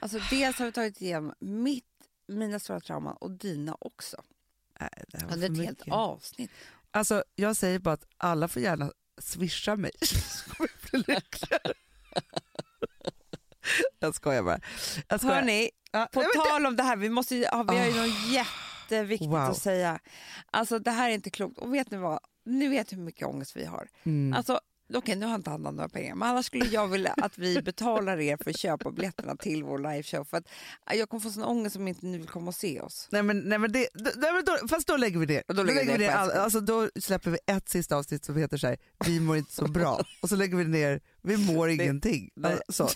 Alltså, dels har vi tagit igenom mitt, mina stora trauman och dina också.
Nej, det här
Ja,
var
det är
för
ett helt
mycket.
avsnitt.
Alltså, jag säger bara att alla får gärna swisha mig (laughs) så kommer jag bli lyckligare.
(laughs)
Jag skojar bara. Jag skojar.
Hörni,
Ja,
på
nej, men det- Ah.
tal om det här, vi, måste, ju- ja, vi har ju något jätteviktigt
Wow.
att säga. Alltså det här är inte klokt. Och vet ni vad? Ni vet hur mycket ångest vi har.
Mm.
Alltså, Okej, nu har inte Hanna några pengar, men annars skulle jag vilja
(laughs)
att vi betalar er för att köpa biljetterna till vår liveshow. För att jag kommer få sån ångest om inte ni vill komma och se oss.
Nej men, nej, men det, d- nej, men då, fast då lägger vi det.
Och då lägger vi det på
all,
älskling.
alltså, då släpper vi ett sista avsnitt som heter så här, vi mår inte så
(laughs)
bra. Och så lägger vi ner, vi mår ingenting.
nej.
Alltså,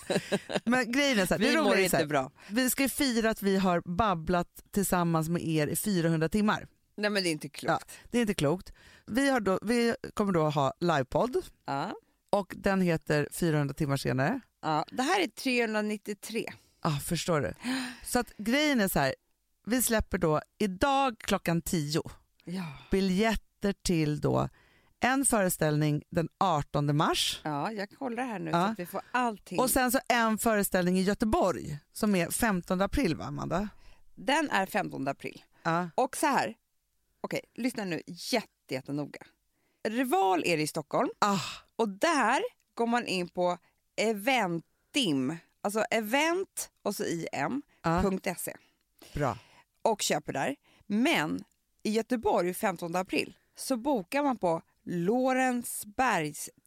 men grejen är så här, det
Vi
roliga
mår
är så här,
inte bra.
Vi ska ju fira att vi har babblat tillsammans med er i 400 timmar.
Nej, men det är inte klokt.
Det är inte klokt. Vi, har då, vi kommer då ha livepodd
Ja.
och den heter 400 timmar senare.
Ja. Det här är 393.
Ah, förstår du. Så att grejen är så här, vi släpper då idag klockan 10
Ja.
biljetter till då en föreställning den 18 mars
ja, jag kollar här nu
Ja.
så att vi får allting.
och sen så en föreställning i Göteborg som är 15 april va Amanda?
Den är 15 april.
Ja.
Och så här, okej, lyssna nu jätte, jättenoga. Rival är det i Stockholm
Ah,
och där går man in på Eventim, Alltså event och så im.se
Ja,
E.
bra.
och köper där. Men i Göteborg 15 april så bokar man på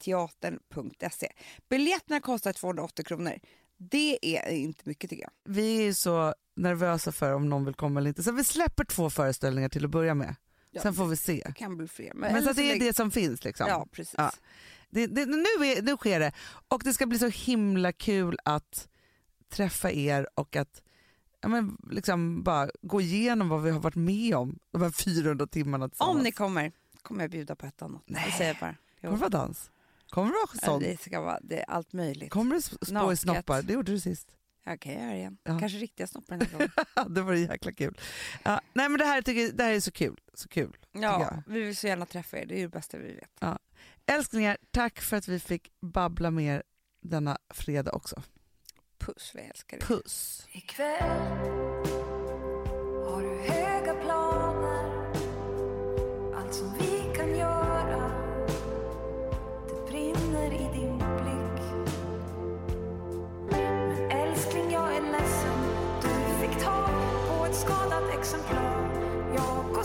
lorensbergsteatern.se. Biljetterna kostar 280 kronor. Det är inte mycket tycker jag.
Vi är ju så nervösa för om någon vill komma eller inte. Så vi släpper två föreställningar till att börja med.
Ja.
Sen får vi se.
Det kan bli fler.
Men så att det är
lägg-
det som finns liksom.
Ja, precis.
Ja. Det, det, nu, är, nu sker det. Och det ska bli så himla kul att träffa er och att ja, men, liksom bara gå igenom vad vi har varit med om de här 400 timmarna tillsammans.
Om ni kommer, kommer jag bjuda på ett annat.
Nej.
Det säger jag bara. Jo.
Kommer det vara dans? Kommer det vara sånt?
Det ska vara det är allt möjligt.
Kommer det sp- spå i
Naket.
snoppar? Det gjorde du sist. (laughs)
Jag kan göra det igen.
Ja.
Kanske riktiga snoppar den här gången.
det var jäkla kul. Ja, nej men det här, tycker, jag- det här är så kul. Så kul.
(laughs) Ja, vi vill så gärna träffa er. Det är ju det bästa vi vet.
Älsklingar, tack för att vi fick babbla med er denna fredag också.
Puss, vi älskar er.
Puss!
Ikväll har du höga planer Allt som vi kan göra Det brinner i din blick Men älskling jag är ledsen Du fick tag på ett skadat exemplar Jag går